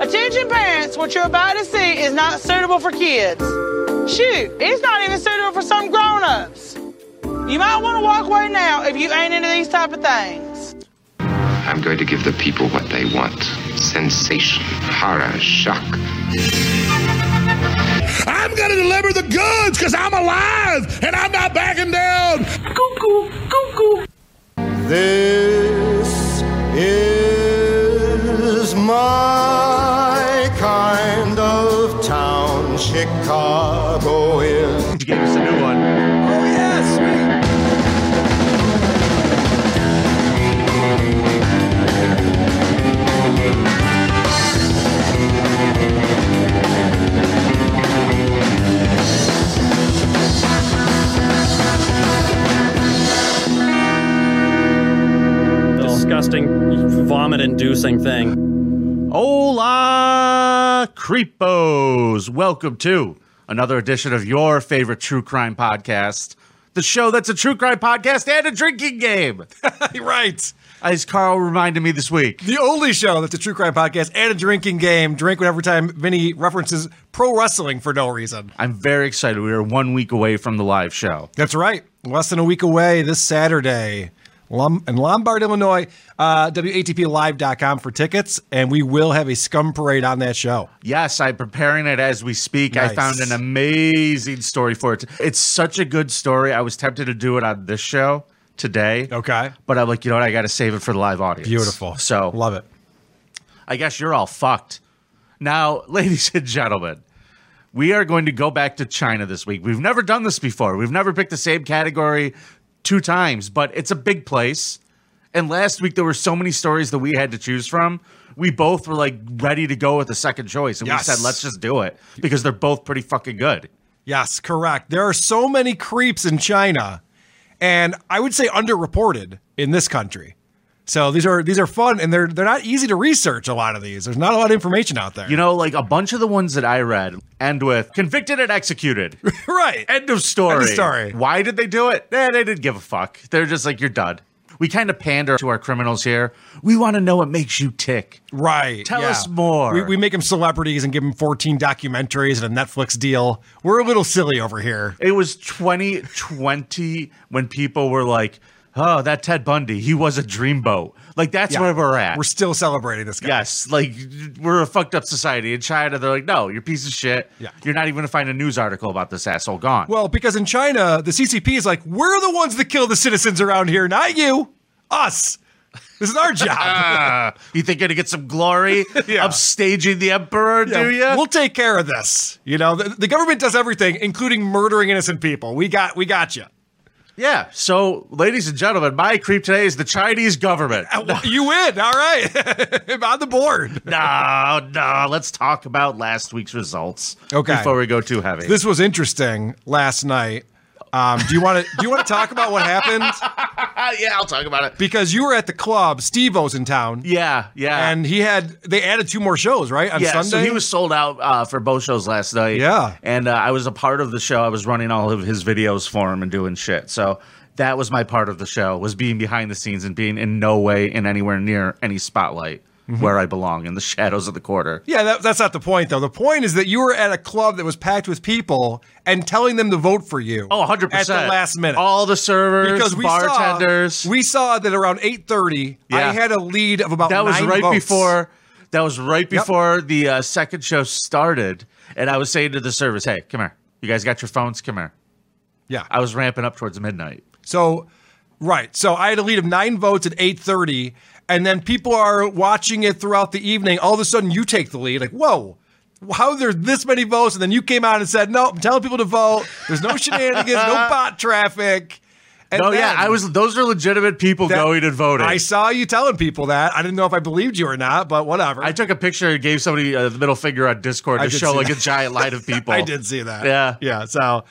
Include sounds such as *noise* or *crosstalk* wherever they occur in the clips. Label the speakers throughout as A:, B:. A: Attention parents, what you're about to see is not suitable for kids. Shoot, it's not even suitable for some grown-ups. You might want to walk away now if you ain't into these type of things.
B: I'm going to give the people what they want. Sensation, horror, shock.
C: I'm going to deliver the goods because I'm alive and I'm not backing down.
D: Cuckoo, cuckoo.
E: This is my kind of town. Chicago is.
F: Give us a new one. Oh, yes.
G: disgusting, vomit inducing thing.
F: Hola, creepos. Welcome to another edition of your favorite true crime podcast, the show that's a true crime podcast and a drinking game,
H: Right.
F: as Carl reminded me this week.
H: The only show that's a true crime podcast and a drinking game. Drink whatever time Vinny references pro wrestling for no reason.
F: I'm very excited. We are one week away from the live show.
H: That's right. Less than a week away this Saturday Lom- in Lombard, Illinois. Uh, WATPLive.com for tickets. And we will have a scum parade on that show.
F: Yes, I'm preparing it as we speak. I
H: Nice.
F: found an amazing story for it. It's such a good story. I was tempted to do it on this show today.
H: Okay.
F: But I'm like, you know what? I got to save it for the live audience.
H: Beautiful.
F: So
H: love it.
F: I guess you're all fucked. Now, *laughs* ladies and gentlemen, we are going to go back to China this week. We've never done this before. We've never picked the same category two times, but it's a big place. And last week there were so many stories that we had to choose from. We both were like ready to go with the second choice, and
H: Yes.
F: we said let's just do it because they're both pretty fucking good.
H: Yes, correct. There are so many creeps in China, and I would say underreported in this country. So these are these are fun, and they're they're not easy to research. A lot of these, there's not a lot of information out there.
F: You know, like a bunch of the ones that I read end with convicted and executed. *laughs*
H: right?
F: End of story.
H: End of story.
F: Why did they do it? Eh, they didn't give a fuck. They're just like, you're done. We kind of pander to our criminals here. We want to know what makes you tick.
H: right.
F: Tell us more.
H: We, we make them celebrities and give them 14 documentaries and a Netflix deal. We're a little silly over here.
F: It was 2020 when people were like, oh, that Ted Bundy, he was a dreamboat. Like, that's
H: Yeah.
F: where we're at.
H: We're still celebrating this guy.
F: Yes, like we're a fucked up society in China. They're like, no, you're a piece of shit.
H: Yeah.
F: You're not even gonna find a news article about this asshole gone.
H: Well, *laughs* because in China, the CCP is like, we're the ones that kill the citizens around here, not you, us. This is
F: *laughs*
H: our job.
F: Ah, you think you're gonna get some glory
H: *laughs* Yeah.
F: upstaging the
H: *laughs*
F: emperor?
H: Yeah,
F: do you?
H: We'll take care of this. You know, the, the government does everything, including murdering innocent people. We got, we got you.
F: Yeah. So, ladies and gentlemen, my creep today is the Chinese
H: *laughs*
F: government.
H: You win. All right. *laughs* I'm on the board.
F: no, no. Let's talk about last week's results.
H: Okay.
F: Before we go too heavy.
H: This was interesting last night. Um, do you want to do you want to talk about what happened?
F: Ah, yeah, I'll talk about it.
H: Because you were at the club. Steve O's in town,
F: Yeah, yeah.
H: and he had they added two more shows right on
F: yeah,
H: Sunday.
F: so he was sold out uh, for both shows last night.
H: Yeah.
F: and uh, I was a part of the show. I was running all of his videos for him and doing shit. So that was my part of the show was being behind the scenes and being in no way in anywhere near any spotlight
H: Mm-hmm.
F: where I belong in the *laughs* shadows of the quarter.
H: yeah, that, that's not the point though. The point is that you were at a club that was packed with people and telling them to vote for you.
F: Oh, 100 percent.
H: at the last minute.
F: all the servers,
H: because we
F: bartenders.
H: saw, we saw that around eight thirty,
F: Yeah.
H: I had a lead of about
F: that was
H: nine
F: right
H: votes.
F: before that was right before the uh, second show started and i was saying to the service hey come here you guys got your phones come here
H: Yeah,
F: i was ramping up towards midnight
H: So, right. So I had a lead of nine votes at eight thirty, and then people are watching it throughout the evening. All of a sudden, you take the lead. Like, whoa. How are there this many votes? And then you came out and said, "No, I'm telling people to vote. There's no shenanigans,
F: *laughs*
H: no bot traffic." And
F: oh yeah
H: then
F: i was those are legitimate people
H: that-
F: going and voting
H: I
F: I,
H: saw you telling people that. I didn't know if I believed you or not, but whatever.
F: took a picture and gave somebody uh, the middle finger on discord
H: I
F: to
H: did
F: show
H: see
F: like
H: that.
F: a giant line of people
H: *laughs* I did see that.
F: Yeah.
H: Yeah. So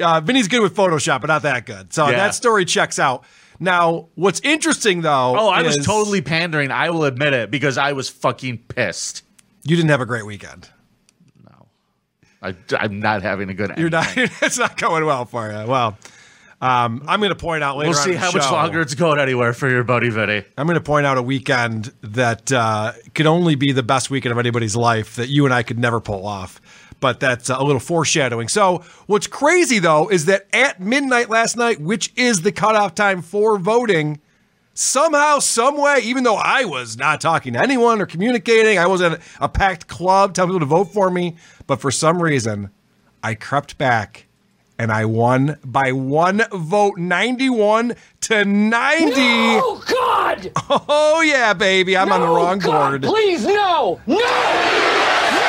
H: uh, Vinny's good with Photoshop, but not that good. So
F: Yeah.
H: that story checks out. Now, what's interesting though.
F: oh i was
H: is-
F: totally pandering i will admit it because i was fucking pissed
H: You didn't have a great weekend.
F: I, am not having a good
H: *laughs* You're not. It's not going well for you. Well, Um, I'm going to point out later.
F: We'll
H: on
F: see
H: in the
F: how much
H: show-
F: longer it's going anywhere for your buddy Vinny.
H: I'm going to point out a weekend that uh, could only be the best weekend of anybody's life that you and I could never pull off. But that's uh, a little foreshadowing. So, what's crazy though is that at midnight last night, which is the cutoff time for voting, somehow, some way, even though I was not talking to anyone or communicating, I was at a packed club telling people to vote for me. But for some reason, I crept back and I won by one vote 91 to 90.
D: Oh God!
H: Oh yeah, baby, I'm on the
D: No,
H: wrong
D: Oh, God,
H: board.
D: Please, no, no.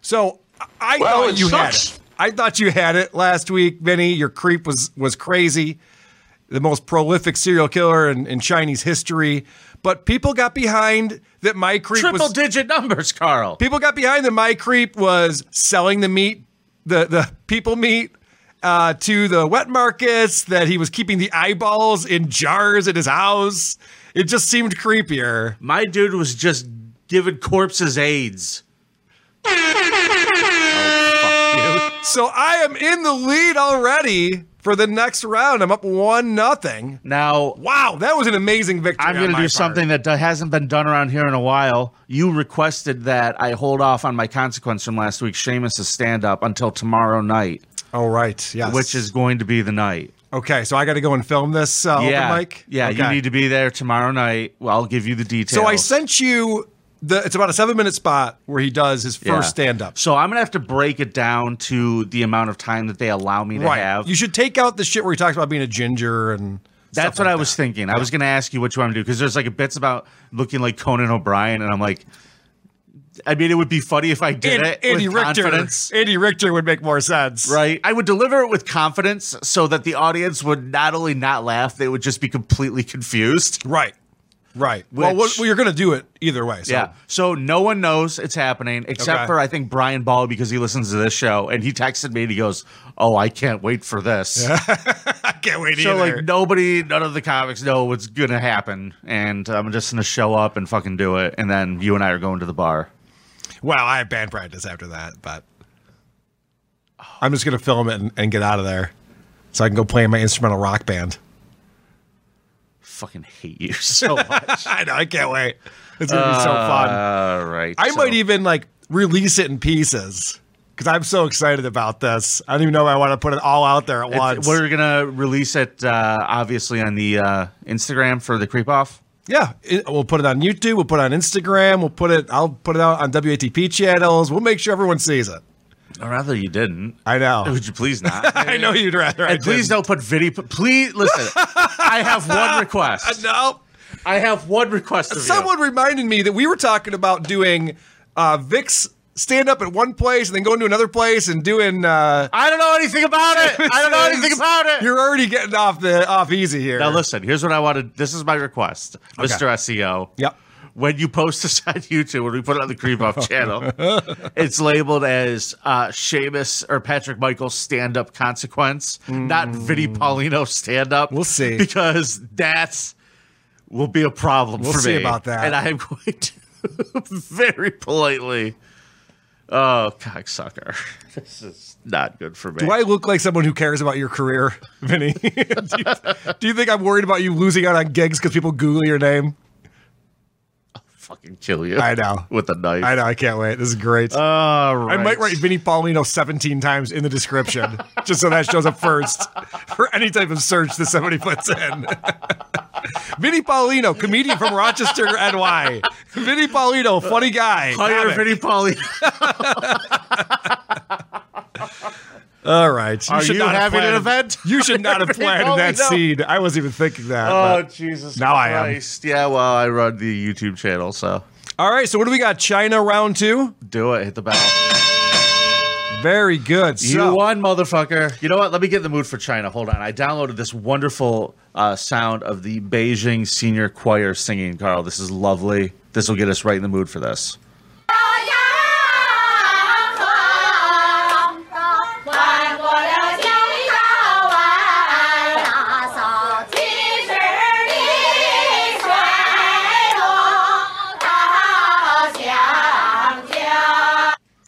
H: So I
I: Well,
H: thought
I: it
H: you
I: sucks.
H: had it. I thought you had it last week, Vinny. Your creep was was crazy. The most prolific serial killer in, in Chinese history. But people got behind that my creep
F: Triple
H: was
F: digit numbers, Carl.
H: people got behind that my creep was selling the meat, the the people meat uh, to the wet markets. That he was keeping the eyeballs in jars at his house. It just seemed creepier.
F: My dude was just giving corpses AIDS.
H: So I am in the lead already for the next round. I'm up one nothing.
F: Now
H: Wow, that was an amazing victory.
F: I'm going
H: on
F: to
H: my
F: do
H: part.
F: something that do- hasn't been done around here in a while. You requested that I hold off on my consequence from last week, Seamus' stand up, until tomorrow night,
H: Oh right, yes.
F: which is going to be the night.
H: okay. So I got to go and film this uh,
F: yeah,
H: open mic.
F: yeah. You
H: Okay.
F: need to be there tomorrow night. Well, I'll give you the details.
H: So I sent you the. It's about a seven minute spot where he does his first
F: Yeah.
H: stand up.
F: So I'm gonna have to break it down to the amount of time that they allow me to
H: Right.
F: have.
H: You should take out the shit where he talks about being a ginger and.
F: That's
H: stuff
F: what I
H: like
F: was
H: that.
F: thinking. I was going to ask you what you want to do because there's like a bits about looking like Conan O'Brien, and I'm like, I mean, it would be funny if I did
H: An-
F: it
H: Andy
F: with
H: Richter.
F: confidence,
H: Andy Richter would make more sense.
F: right? I would deliver it with confidence so that the audience would not only not laugh, they would just be completely confused.
H: Right. Right. well,
F: Which-
H: what, well, you're going to do it either way. So. *laughs*
F: Yeah. So no one knows it's happening except
H: Okay.
F: for I think Brian Ball because he listens to this show and he texted me and he goes, "Oh, I can't wait for this."
H: Can't wait
F: So
H: either.
F: like nobody, none of the comics know what's gonna happen, and I'm just gonna show up and fucking do it, and then you and I are going to the bar.
H: Well, I have band practice after that, but I'm just gonna film it and, and get out of there, so I can go play in my instrumental rock band. *laughs*
F: Fucking hate you *laughs* so
H: *laughs*
F: much.
H: I know, I can't wait. It's gonna be so fun.
F: All right,
H: I
F: Uh, so-
H: might even like release it in pieces because I'm so excited about this. I don't even know if I want to put it all out there at
F: It's-
H: once.
F: We're gonna release it uh, obviously on the uh, Instagram for the creep off.
H: yeah, it- we'll put it on YouTube. We'll put it on Instagram. We'll put it. I'll put it out on WATP channels. We'll make sure everyone sees it.
F: Or rather, you didn't.
H: I know.
F: *laughs* Would you please not?
H: *laughs* I know you'd rather. I
F: And please
H: *laughs* didn't.
F: don't put Vinny. Please listen. I
H: *laughs*
F: have one request.
H: No.
F: I have one request. Of you.
H: Someone reminded me that we were talking about doing uh, Vic's stand up at one place and then going to another place and doing. Uh,
F: I don't know anything about
H: *laughs*
F: it. *laughs* I don't know anything about it.
H: You're already getting off the off easy here.
F: Now listen, here's what I wanted. This is my request, Mr. SEO.
H: Yep.
F: When you post this on YouTube, when we put it on the Creep Off
H: *laughs*
F: channel, it's labeled as uh, Seamus or Patrick Michaels stand up consequence, not Vinnie Paulino stand up.
H: Mm. We'll see.
F: Because that's will be a problem
H: We'll
F: for
H: see
F: me.
H: about that.
F: And I am going to *laughs* very politely. Oh, cocksucker. *laughs* This is not good for me.
H: Do I look like someone who cares about your career, *laughs* Vinny? do, you, do you think I'm worried about you losing out on gigs because people Google your name?
F: fucking kill you?
H: I know.
F: With Oh, a knife.
H: I know. I can't wait. This is great.
F: All
H: I
F: right.
H: might write Vinny Paulino 17 times in
F: *laughs*
H: the description just so that shows up first for any type of search that somebody puts in. Vinny Paulino, comedian from
F: *laughs*
H: Rochester, NY. Vinny Paulino, funny guy.
F: Hire
H: comic.
F: Vinnie Paulino.
H: All right.
F: Are you
H: not have
F: having an
H: planned-
F: event?
H: *laughs* You should not have
F: Vinny
H: planned that
F: Paulino.
H: seed. I wasn't even thinking that.
F: *laughs* Oh
H: but-
F: Jesus!
H: Now I am.
F: Christ. I am. Yeah, well, I run the YouTube channel, so
H: All right. So what do we got? China round two.
F: do it. Hit the bell.
H: Very good.
F: You
H: So,
F: won, motherfucker. You know what? Let me get in the mood for China. Hold on. I downloaded this wonderful uh, sound of the Beijing senior choir singing. Carl, this is lovely. This will get us right in the mood for this.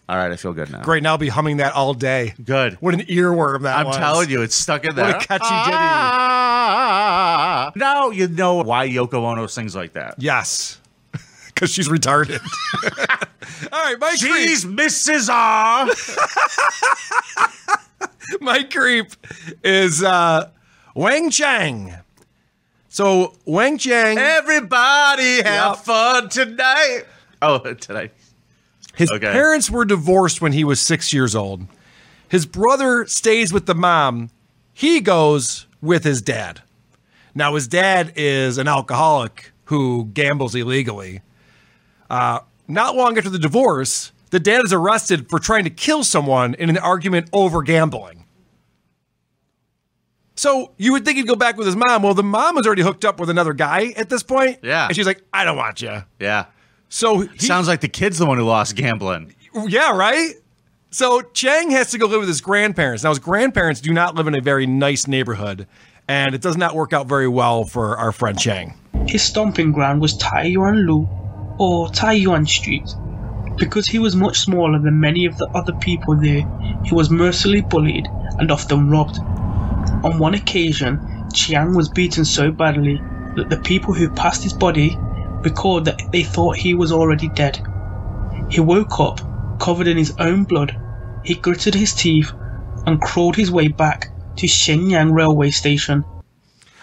F: All right, right, I feel good now.
H: Great, now I'll be humming that all day.
F: Good.
H: What an earworm that
F: I'm
H: was.
F: telling you, it's stuck in there.
H: What a catchy ditty.
F: Ah. Now you know why Yoko Ono sings like that.
H: Yes. *laughs* Because she's retarded. *laughs* all right, my creep.
F: She's Mrs.
H: *laughs*
F: R.
H: My creep is uh, Wang Chang. So Wang Chang,
F: Everybody have
H: Yep.
F: fun tonight. Oh, *laughs* tonight.
H: his
F: okay.
H: parents were divorced when he was six years old. His brother stays with the mom. He goes with his dad. Now his dad is an alcoholic who gambles illegally. Uh, not long after the divorce, the dad is arrested for trying to kill someone in an argument over gambling. So you would think he'd go back with his mom. Well, the mom was already hooked up with another guy at this point.
F: Yeah.
H: and she's like, "I don't want you."
F: Yeah.
H: So he,
F: Sounds like the kid's the one who lost gambling.
H: yeah, right? So Chang has to go live with his grandparents. Now, his grandparents do not live in a very nice neighborhood, and it does not work out very well for our friend Chang. *laughs*
I: His stomping ground was Tai Yuan Lu, or Tai Yuan Street. Because he was much smaller than many of the other people there, he was mercilessly bullied and often robbed. On one occasion, Chiang was beaten so badly that the people who passed his body recalled that they thought he was already dead. He woke up, covered in his own blood. He gritted his teeth and crawled his way back to Shenyang railway station.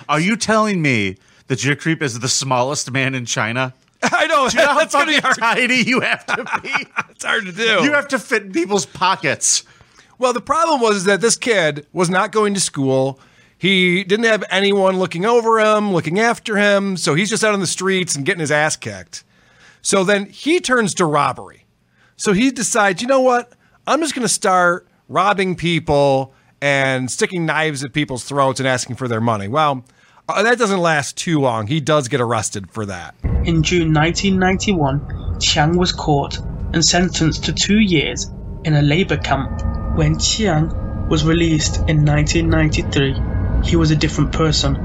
F: Are you telling me that your creep is the smallest man in China?
H: I know,
F: You know how
H: *laughs* that's going to be
F: fucking
H: hard.
F: tiny you have to
H: *laughs*
F: be?
H: It's hard to do.
F: you have to fit in people's pockets.
H: well, the problem was that this kid was not going to school. He didn't have anyone looking over him, looking after him, so he's just out on the streets and getting his ass kicked. So then he turns to robbery. So he decides, you know what? I'm just going to start robbing people and sticking knives at people's throats and asking for their money. Well, uh, that doesn't last too long. He does get arrested for that.
I: In June 1991, Chiang was caught and sentenced to two years in a labor camp. When Chiang was released in 1993, he was a different person.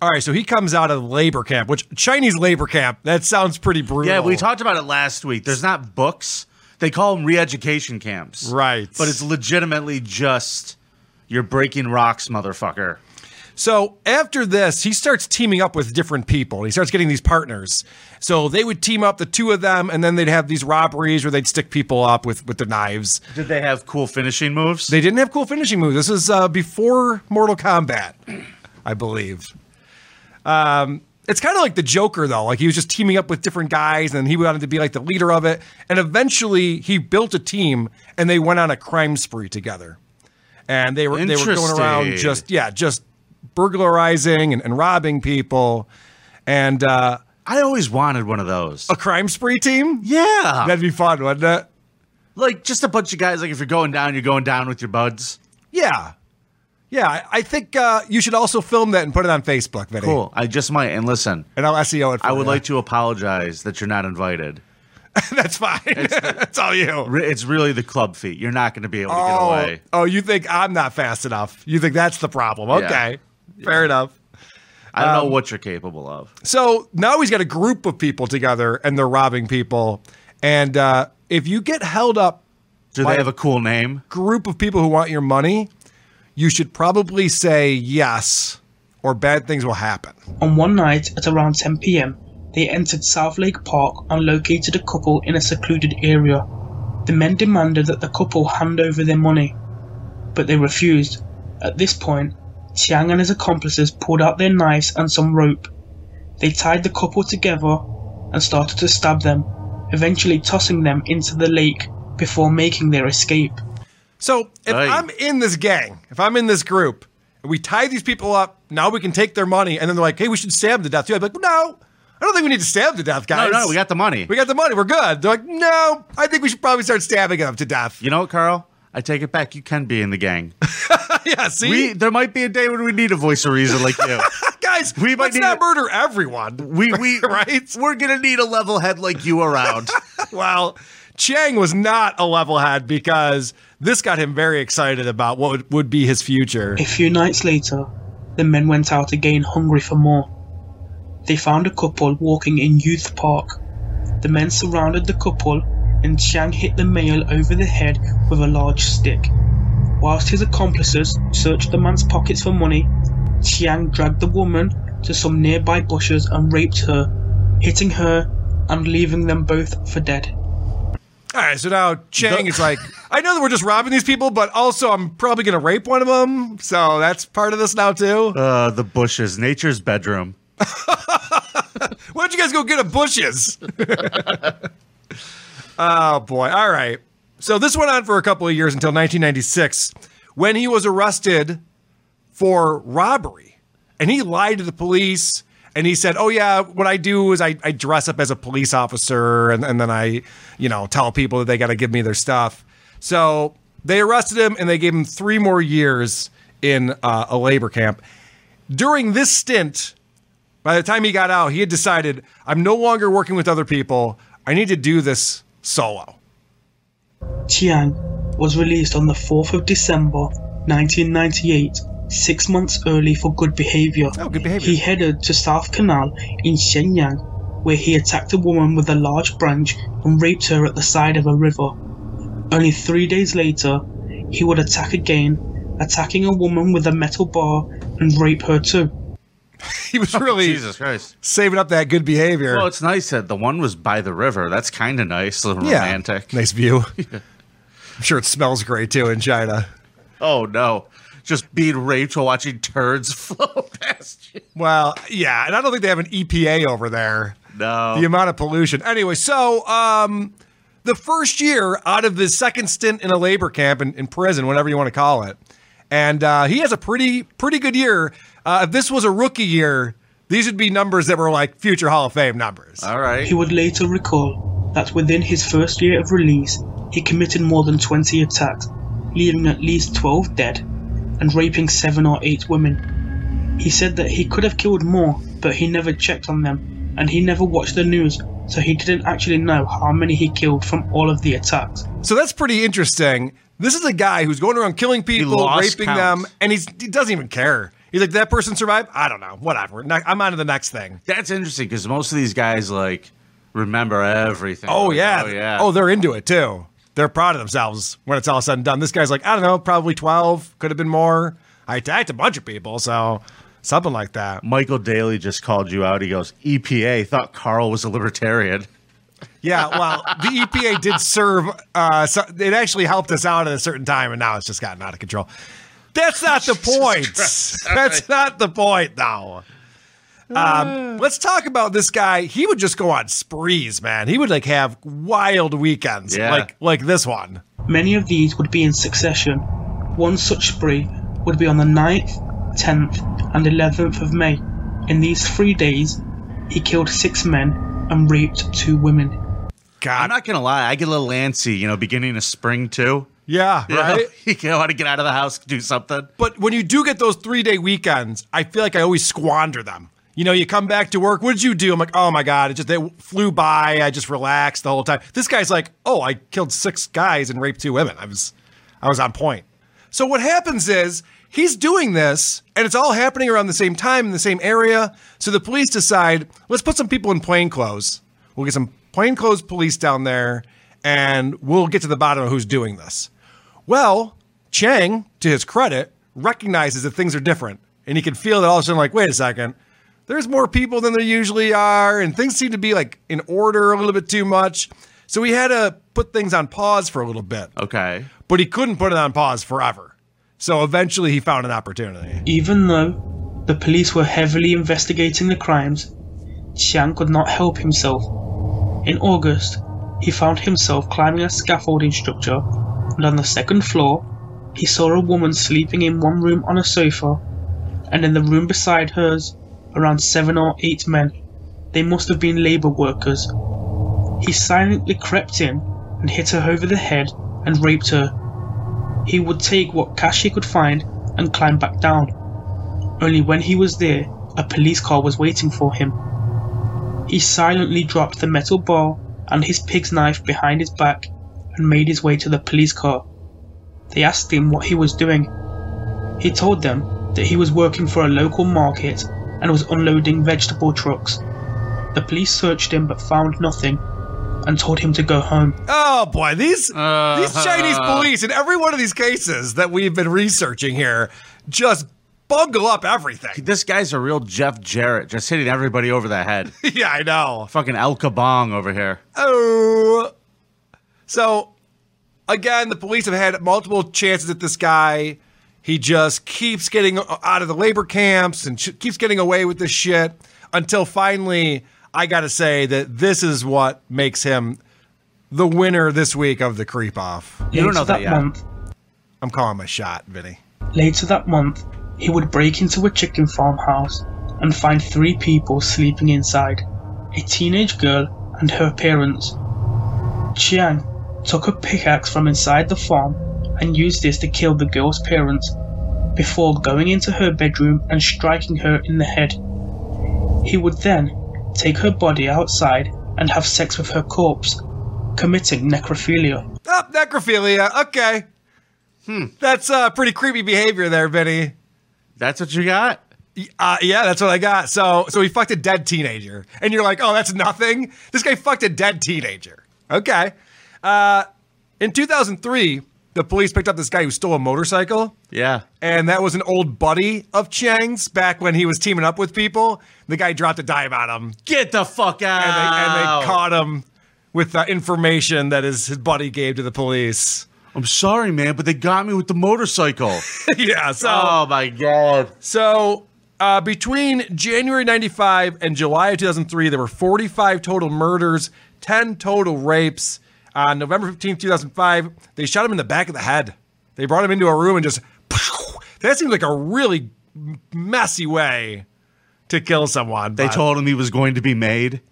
H: All right, so he comes out of labor camp, which Chinese labor camp, that sounds pretty brutal.
F: Yeah, we talked about it last week. There's not books. They call them re-education camps.
H: Right.
F: But it's legitimately just you're breaking rocks, motherfucker.
H: So after this, he starts teaming up with different people. He starts getting these partners. So they would team up the two of them, and then they'd have these robberies where they'd stick people up with with their knives.
F: Did they have cool finishing moves?
H: They didn't have cool finishing moves. This is uh, before Mortal Kombat, I believe. Um, it's kind of like the Joker, though. Like he was just teaming up with different guys, and he wanted to be like the leader of it. And eventually, he built a team, and they went on a crime spree together. And they were they were going around
F: Interesting.
H: just yeah, just burglarizing and, and robbing people, and uh,
F: I always wanted one of those.
H: a crime spree team.
F: Yeah.
H: That'd be fun, wouldn't it?
F: like just a bunch of guys. Like if you're going down, you're going down with your buds.
H: Yeah. Yeah, I- I think uh, you should also film that and put it on Facebook, Vinny.
F: Cool. I just might. And listen,
H: and I'll SEO it. For
F: I would
H: you.
F: like to apologize that you're not invited.
H: *laughs* That's fine. *laughs* That's all you.
F: Re- It's really the club feet. You're not going to be able to get
H: Oh,
F: away.
H: oh, you think I'm not fast enough? You think that's the problem? Okay, fair enough.
F: I don't know
H: um,
F: what you're capable of.
H: So now he's got a group of people together, and they're robbing people. And uh, if you get held up,
F: Do
H: why-
F: they have a cool name?
H: group of people who want your money, you should probably say yes, or bad things will happen.
I: On one night at around 10 pm, they entered South Lake Park and located a couple in a secluded area. The men demanded that the couple hand over their money, but they refused. At this point, Chiang and his accomplices pulled out their knives and some rope. They tied the couple together and started to stab them, eventually tossing them into the lake before making their escape.
H: So if
F: Aye.
H: I'm in this gang, if I'm in this group, and we tie these people up, now we can take their money, and then they're like, "Hey, we should stab them to death." too." I'd be like, "No, I don't think we need to stab them to death,
F: No,
H: guys.
F: no, we got the money.
H: we got the money. We're good." They're like, "No, I think we should probably start stabbing them
F: *laughs*
H: to death."
F: you know what, Carl? I take it back. You can be in the gang.
H: yeah, see,
F: We there might be a day when we need a voice of reason like
H: *laughs*
F: you.
H: guys,
F: we might
H: let's
F: need
H: not
F: to-
H: murder everyone.
F: *laughs* We we
H: Right?
F: We're gonna need a level head like you around.
H: well, Chang was not a level head because this got him very excited about what would, would be his future.
I: A few nights later, the men went out again hungry for more. They found a couple walking in Youth Park. The men surrounded the couple and Chang hit the male over the head with a large stick. Whilst his accomplices searched the man's pockets for money, Chiang dragged the woman to some nearby bushes and raped her, hitting her and leaving them both for dead.
H: All right, so now Chang is like, I know that we're just robbing these people, but also I'm probably going to rape one of them. So that's part of this now, too.
F: *laughs* Uh, the bushes, nature's bedroom.
H: Why don't you guys go get a bushes? *laughs* oh, boy. All right. So this went on for a couple of years until 1996 when he was arrested for robbery. And he lied to the police and he said, Oh, yeah, what I do is I, I dress up as a police officer and, and then I, you know, tell people that they got to give me their stuff. So they arrested him and they gave him three more years in uh, a labor camp. During this stint, by the time he got out, he had decided, I'm no longer working with other people. I need to do this solo.
I: Chiang was released on the 4th of December 1998, six months early for good behavior.
H: Oh, good behavior.
I: He headed to South Canal in Shenyang, where he attacked a woman with a large branch and raped her at the side of a river. Only three days later, he would attack again, attacking a woman with a metal bar and rape her too.
H: He was really
F: Oh, Jesus Christ.
H: saving up that good behavior.
F: Well, it's nice that the one was by the river. That's kind of nice, a little
H: Yeah.
F: romantic.
H: Nice
F: *laughs*
H: view. I'm sure it smells great, too, in China.
F: Oh no, just being raped while watching turds *laughs* flow past you.
H: Well, yeah, and I don't think they have an EPA over there.
F: No.
H: The amount of pollution. Anyway, so um, the first year out of his second stint in a labor camp in, in prison, whatever you want to call it, and uh, he has a pretty pretty good year. Uh, if this was a rookie year, these would be numbers that were like future Hall of Fame numbers.
F: All right.
I: He would later recall that within his first year of release, he committed more than 20 attacks, leaving at least 12 dead, and raping 7 or 8 women. He said that he could have killed more, but he never checked on them, and he never watched the news, so he didn't actually know how many he killed from all of the attacks.
H: So that's pretty interesting. This is a guy who's going around killing people,
F: lost
H: raping
F: count.
H: them, and he's, he doesn't even care. He's like, that person survived? I don't know. Whatever. Ne- I'm on to the next thing.
F: That's interesting because most of these guys like remember everything.
H: Oh
F: Like,
H: yeah.
F: Oh yeah.
H: Oh, they're into it too. They're proud of themselves when it's all said and done. This guy's like, I don't know, probably twelve, could have been more. I attacked a bunch of people, so something like that.
F: Michael Daly just called you out. He goes, EPA thought Carl was a libertarian.
H: Yeah. Well, the *laughs* EPA did serve. Uh, so it actually helped us out at a certain time, and now it's just gotten out of control. That's not
F: *laughs*
H: the point. *laughs* That's not the point, though.
F: *sighs*
H: Um, let's talk about this guy. He would just go on sprees, man. He would like have wild weekends,
F: Yeah.
H: like like this one.
I: Many of these would be in succession. One such spree would be on the 9th, 10th, and 11th of May. In these three days, he killed six men and raped two women.
H: God,
F: I'm not gonna lie, I get a little antsy, you know, beginning of spring too.
H: yeah,
F: You
H: right.
F: know? *laughs* you want to get out of the house, do something.
H: But when you do get those three day weekends, I feel like I always squander them. You know, you come back to work. What did you do? I'm like, oh my god, it just they flew by. I just relaxed the whole time. This guy's like, oh, I killed six guys and raped two women. I was, I was on point. So what happens is he's doing this, and it's all happening around the same time in the same area. So the police decide, let's put some people in plain clothes. We'll get some plainclothes police down there, and we'll get to the bottom of who's doing this. Well, Chang, to his credit, recognizes that things are different. And he can feel that all of a sudden, like, wait a second, there's more people than there usually are. And things seem to be like in order a little bit too much. So he had to put things on pause for a little bit,
F: Okay.
H: but he couldn't put it on pause forever. So eventually he found an opportunity.
I: Even though the police were heavily investigating the crimes, Chiang could not help himself. In August, he found himself climbing a scaffolding structure, and on the second floor, he saw a woman sleeping in one room on a sofa, and in the room beside hers, around seven or eight men. They must have been labor workers. He silently crept in and hit her over the head and raped her. He would take what cash he could find and climb back down. Only when he was there, a police car was waiting for him. He silently dropped the metal bar and his pig's knife behind his back and made his way to the police car. They asked him what he was doing. He told them that he was working for a local market and was unloading vegetable trucks. The police searched him but found nothing. and told him to go home.
H: Oh boy, these these Chinese police in every one of these cases that we've been researching here just bungle up everything. *laughs*
F: This guy's a real Jeff Jarrett, just hitting everybody over the *laughs* head.
H: yeah, I know.
F: Fucking El Kabong over here.
H: Oh. So, again, the police have had multiple chances at this guy. He just keeps getting out of the labor camps and sh- keeps getting away with this shit until finally, I got to say that this is what makes him the winner this week of the creep off.
I: Later
F: don't know that
I: that,
F: yet.
I: month,
H: I'm calling my shot, Vinny.
I: later that month, he would break into a chicken farmhouse and find three people sleeping inside: a teenage girl and her parents. Chiang took a pickaxe from inside the farm and used this to kill the girl's parents before going into her bedroom and striking her in the head. He would then take her body outside and have sex with her corpse, committing necrophilia.
H: Oh, necrophilia. Okay. That's uh, pretty creepy behavior there, Vinny.
F: That's what you got?
H: Uh, yeah, that's what I got. So, so he fucked a dead teenager, and you're like, oh, that's nothing. This guy fucked a dead teenager. Okay. Uh, in 2003, the police picked up this guy who stole a motorcycle,
F: Yeah.
H: and that was an old buddy of Chang's back when he was teaming up with people. The guy dropped a dime on him,
F: Get the fuck out.
H: and they, and they caught him with the information that his, his buddy gave to the police. *laughs*
F: I'm sorry, man, but they got me with the *laughs* motorcycle.
H: yeah. So.
F: oh my god.
H: So uh, between January 95 and July of 2003, there were 45 total murders, 10 total rapes. On November 15, 2005, they shot him in the back of the head. They brought him into a room and just. *laughs* Pow! That seems like a really messy way to kill someone.
F: They
H: but-
F: told him he was going to be made.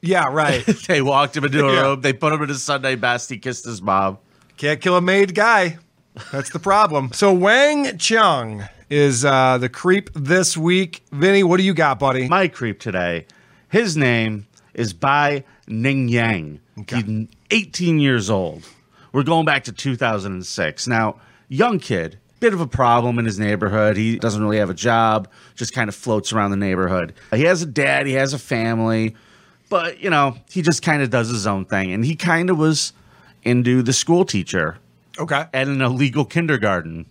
H: Yeah,
F: *laughs*
H: right.
F: They walked him *laughs* into a
H: Yeah.
F: room. They put him in his Sunday best. He kissed his mom.
H: Can't kill a made guy. That's the problem. so Wang Chung is uh, the creep this week. Vinny, what do you got, buddy?
F: My creep today. His name is Bai Ning Yang. He's 18 years old. We're going back to 2006. Now, young kid, bit of a problem in his neighborhood. He doesn't really have a job, just kind of floats around the neighborhood. He has a dad, he has a family, but, you know, he just kind of does his own thing. And he kind of was into the school teacher
H: okay.
F: at an illegal kindergarten.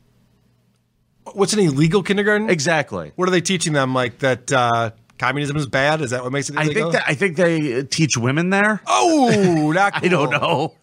H: What's an illegal kindergarten?
F: Exactly.
H: What are they teaching them? Like that uh, communism is bad? Is that what makes it?
F: I
H: illegal?
F: think that I think they uh, teach women there.
H: Oh, not
F: *laughs* I don't
H: cool.
F: know.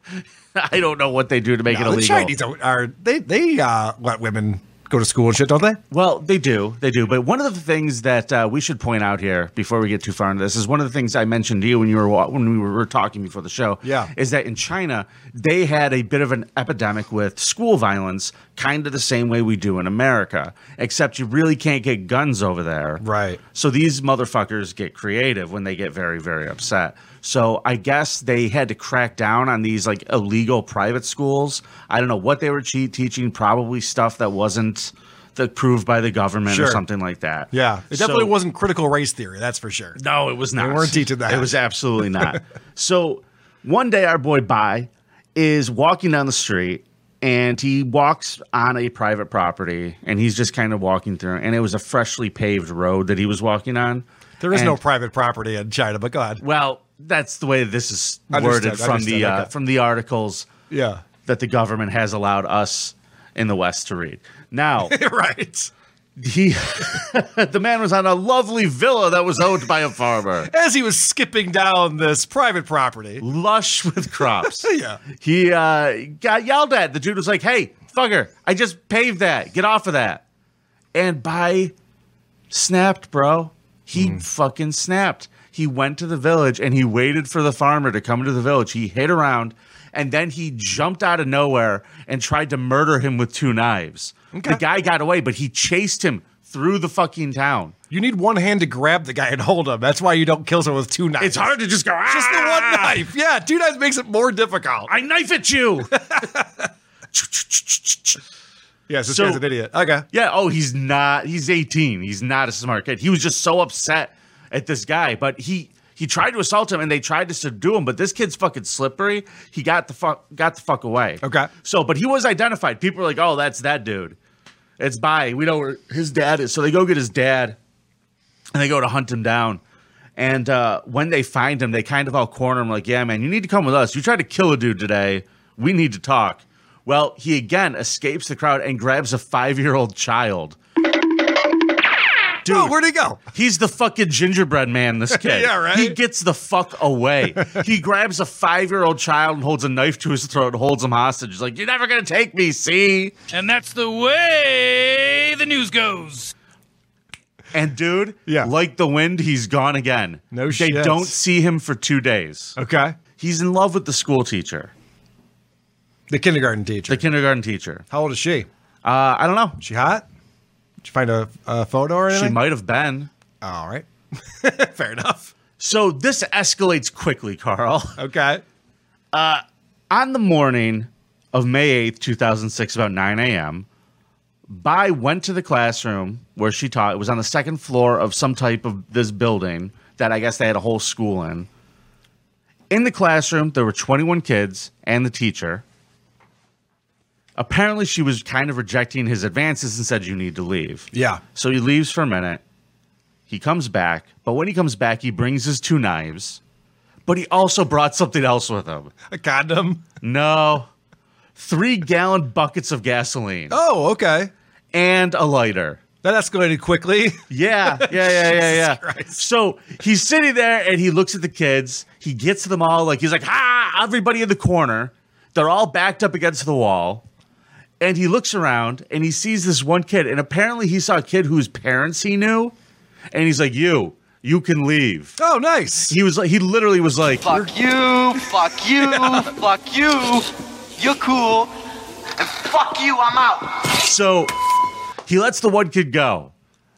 F: I don't know *laughs* what they do to make it
H: No, the
F: illegal.
H: Chinese are, are they? They uh, let women go to school and shit, don't they?
F: Well, they do, they do. But one of the things that uh, we should point out here before we get too far into this is one of the things I mentioned to you when you were wa- when we were talking before the show.
H: Yeah.
F: is that in China they had a bit of an epidemic with school violence, kind of the same way we do in America, except you really can't get guns over there.
H: Right.
F: So these motherfuckers get creative when they get very, very upset. So I guess they had to crack down on these like illegal private schools. I don't know what they were che- teaching, probably stuff that wasn't approved by the government
H: Sure.
F: or something like that.
H: Yeah, it definitely
F: So-
H: wasn't critical race theory. That's for sure.
F: no, it was not.
H: weren't teaching that.
F: It was absolutely
H: *laughs*
F: not. so one day, our boy Bai is walking down the street and he walks on a private property and he's just kind of walking through. And it was a freshly paved road that he was walking on.
H: There is no
F: And-
H: private property in China, but God,
F: Well, that's the way this is
H: Understood,
F: worded from
H: understood,
F: the uh,
H: okay.
F: from the articles
H: yeah, *laughs*
F: that the government has allowed us in the West to read.
H: *laughs*
F: Now,
H: right.
F: he *laughs* the man was on a lovely villa that was owned by a farmer.
H: As he was skipping down this private property,
F: lush with crops.
H: *laughs* Yeah.
F: He uh, got yelled at. The dude was like, hey, fucker, I just paved that. Get off of that. And by snapped, bro. He fucking snapped. He went to the village and he waited for the farmer to come to the village. He hid around and then he jumped out of nowhere and tried to murder him with two knives. The guy got away, but he chased him through the fucking town.
H: you need one hand to grab the guy and hold him. That's why you don't kill someone with two knives.
F: It's hard to just go,
H: Just the one
F: "Ah!"
H: knife. Yeah, two knives makes it more difficult.
F: I knife at you. *laughs*
H: Yes, this
F: So-
H: guy's an idiot. Okay.
F: Yeah. Oh, he's not. He's 18. He's not a smart kid. He was just so upset at this guy, but he he tried to assault him and they tried to subdue him, but this kid's fucking slippery. He got the fuck got the fuck away.
H: Okay.
F: So, but he was identified. People were like, "Oh, that's that dude. It's by. We know where his dad is." So they go get his dad, and they go to hunt him down. And uh, when they find him, they kind of all corner him like, yeah, man, you need to come with us. You tried to kill a dude today. We need to talk. Well, he again escapes the crowd and grabs a five year old child. Dude,
H: Oh, where'd he go?
F: He's the fucking gingerbread man, this kid.
H: *laughs* Yeah, right?
F: He gets the fuck away.
H: *laughs*
F: he grabs a five year old child and holds a knife to his throat and holds him hostage. He's like, You're never going to take me, see?
J: And that's the way the news goes.
F: And dude,
H: Yeah.
F: like the wind, he's gone again.
H: No
F: They
H: shit.
F: don't see him for two days.
H: Okay.
F: He's in love with the school teacher,
H: The kindergarten teacher.
F: the kindergarten teacher.
H: How old is she?
F: Uh, I don't know.
H: She hot? Did you find a, a photo or anything?
F: She might have been.
H: All right. *laughs* Fair enough.
F: So this escalates quickly, Carl. *laughs*
H: Okay.
F: On the morning of May 8th, 2006, about 9 a.m., Bai went to the classroom where she taught. It was on the second floor of some type of this building that I guess they had a whole school in. In the classroom, there were 21 kids and the teacher. Apparently, she was kind of rejecting his advances and said, You need to leave.
H: Yeah.
F: So he leaves for a minute. He comes back, but when he comes back, he brings his two knives, but he also brought something else with him.
H: A condom.
F: No. Three gallon buckets of gasoline
H: Oh, okay.
F: and a lighter.
H: That escalated quickly. *laughs*
F: Yeah, yeah, yeah, yeah, yeah.
H: Christ.
F: So he's sitting there and he looks at the kids. He gets them all like he's like, ah, everybody in the corner. They're all backed up against the wall. And he looks around and he sees this one kid. And apparently he saw a kid whose parents he knew. And he's like, You, you can leave.
H: Oh, nice.
F: He was like he literally was like,
K: Fuck you, fuck you, fuck you. You're cool. And fuck you, I'm out.
F: So he lets the one kid go.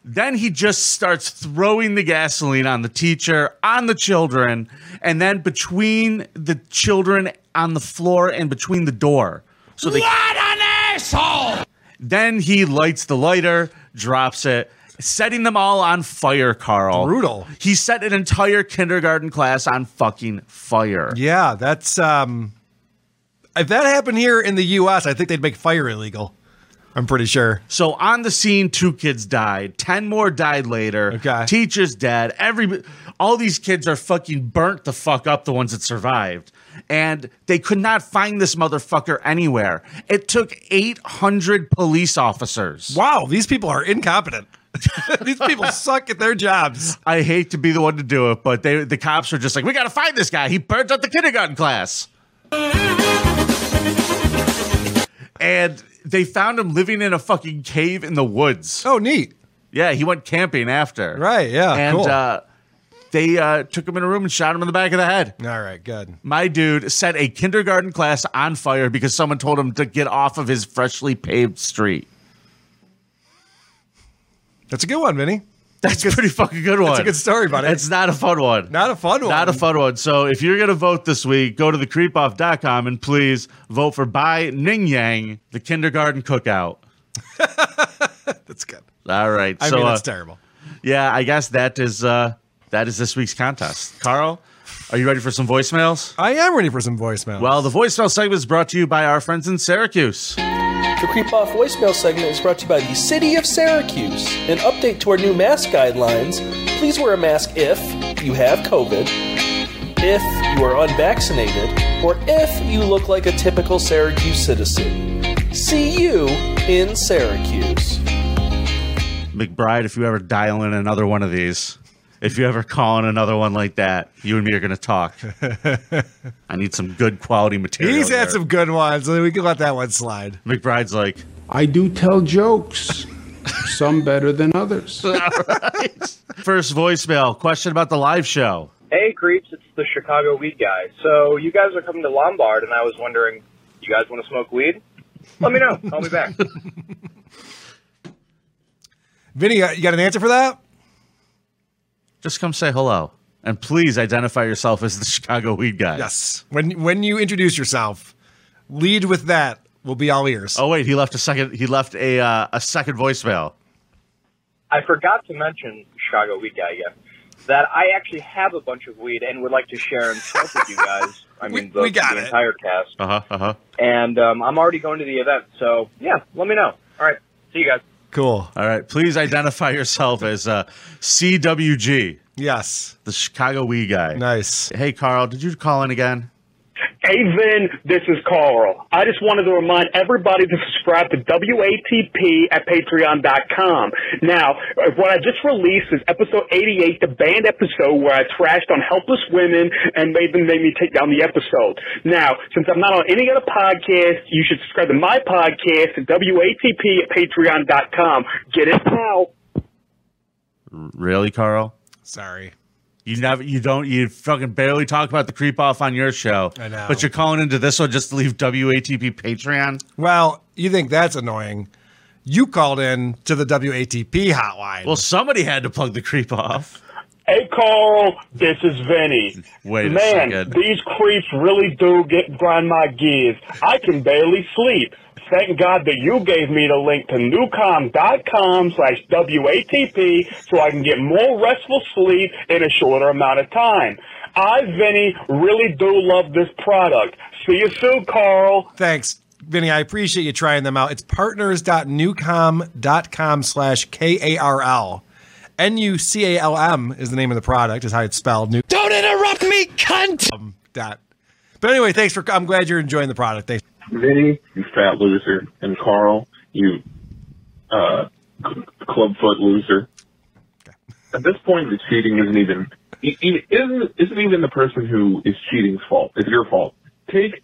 F: Then he just starts throwing the gasoline on the teacher, on the children, and then between the children on the floor and between the door. So they,
J: What an asshole!
F: then he lights the lighter, drops it, setting them all on fire, Carl.
H: Brutal.
F: He set an entire kindergarten class on fucking fire.
H: Yeah, that's um if that happened here in the US, I think they'd make fire illegal. I'm pretty sure.
F: So on the scene, two kids died. Ten more died later.
H: Okay.
F: Teachers dead. Every all these kids are fucking burnt the fuck up. The ones that survived, and they could not find this motherfucker anywhere. It took eight hundred police officers.
H: Wow, these people are incompetent. *laughs* these
F: *laughs*
H: people suck at their jobs.
F: I hate to be the one to do it, but they the cops are just like, we gotta find this guy. He burnt up the kindergarten class. And they found him living in a fucking cave in the woods.
H: Oh, neat.
F: Yeah, he went camping after.
H: Right, yeah,
F: And
H: cool.
F: uh, they uh, took him in a room and shot him in the back of the head.
H: All right, good.
F: My dude set a kindergarten class on fire because someone told him to get off of his freshly paved street.
H: That's a good one, Vinny.
F: That's a pretty fucking good one.
H: That's a good story, buddy.
F: It's not a fun one.
H: Not a fun one.
F: Not a fun one. So if you're going to vote this week, go to thecreepoff.com and please vote for Bai Ning Yang, the kindergarten cookout.
H: That's good.
F: All right.
H: I
F: so
H: mean, that's
F: uh,
H: terrible.
F: yeah, I guess that is uh, that is this week's contest. Carl, are you ready for some voicemails?
H: I am ready for some voicemail.
F: Well, the voicemail segment is brought to you by our friends in Syracuse.
D: The Creep Off voicemail segment is brought to you by the City of Syracuse. An update to our new mask guidelines. Please wear a mask if you have COVID, if you are unvaccinated, or if you look like a typical Syracuse citizen. See you in Syracuse.
F: McBride, if you ever dial in another one of these, if you ever call in another one like that, you and me are going to
H: *laughs*
F: talk. I need some good quality material.
H: He's had
F: here.
H: some good ones. We can let that one slide.
F: McBride's like,
E: I do tell jokes, some better than others.
F: first voicemail, question about the live show.
K: Hey, creeps, it's the Chicago weed guy. So you guys are coming to Lombard, and I was wondering, you guys want to smoke weed? Let me know. I'll be back.
H: Vinny, uh, you got- you got an answer for that?
F: Just come say hello. And please identify yourself as the Chicago weed guy.
H: Yes. When when you introduce yourself, lead with that. We'll be all ears.
F: Oh wait, he left a second. He left a uh, a second voicemail.
K: I forgot to mention Chicago weed guy again. That I actually have a bunch of weed and would like to share and smoke with you guys. I
H: We-
K: mean, the,
H: we got
K: the
H: it.
K: entire cast.
F: Uh
H: Uh-huh,
F: huh. Uh huh.
K: And um, I'm already going to the event, so yeah, let me know. All right, see you guys.
H: Cool.
F: All right. Please identify yourself as uh, CWG.
H: Yes.
F: The Chicago Wee guy.
H: Nice.
F: Hey, Carl, did you call in again?
L: Hey, Vin, this is Carl. I just wanted to remind everybody to subscribe to WATP at Patreon.com. Now, what I just released is episode 88, the band episode where I trashed on helpless women and made them made me take down the episode. Now, since I'm not on any other podcast, you should subscribe to my podcast at WATP at Patreon.com. Get it now.
F: Really, Carl?
H: Sorry.
F: You never, you don't, you fucking barely talk about the creep off on your show.
H: I know.
F: But you're calling into this one just to leave WATP Patreon?
H: Well, you think that's annoying. You called in to the WATP hotline.
F: Well, somebody had to plug the creep off.
L: Hey, Carl, this is Vinny.
F: Wait a
L: Man,
F: second.
L: these creeps really do get grind my gears. I can barely sleep. Thank God that you gave me the link to newcom.com slash WATP so I can get more restful sleep in a shorter amount of time. I, Vinny, really do love this product. See you soon, Carl.
H: Thanks, Vinny. I appreciate you trying them out. It's partners.newcom.com slash K-A-R-L. N-U-C-A-L-M is the name of the product, is how it's spelled. New-
M: Don't interrupt me, cunt!
H: Um, dot. But anyway, thanks for, I'm glad you're enjoying the product. Thanks.
N: Vinny, you fat loser, and Carl, you uh, cl- clubfoot loser. At this point, the cheating isn't even e- e- isn't isn't even the person who is cheating's fault. It's your fault. Take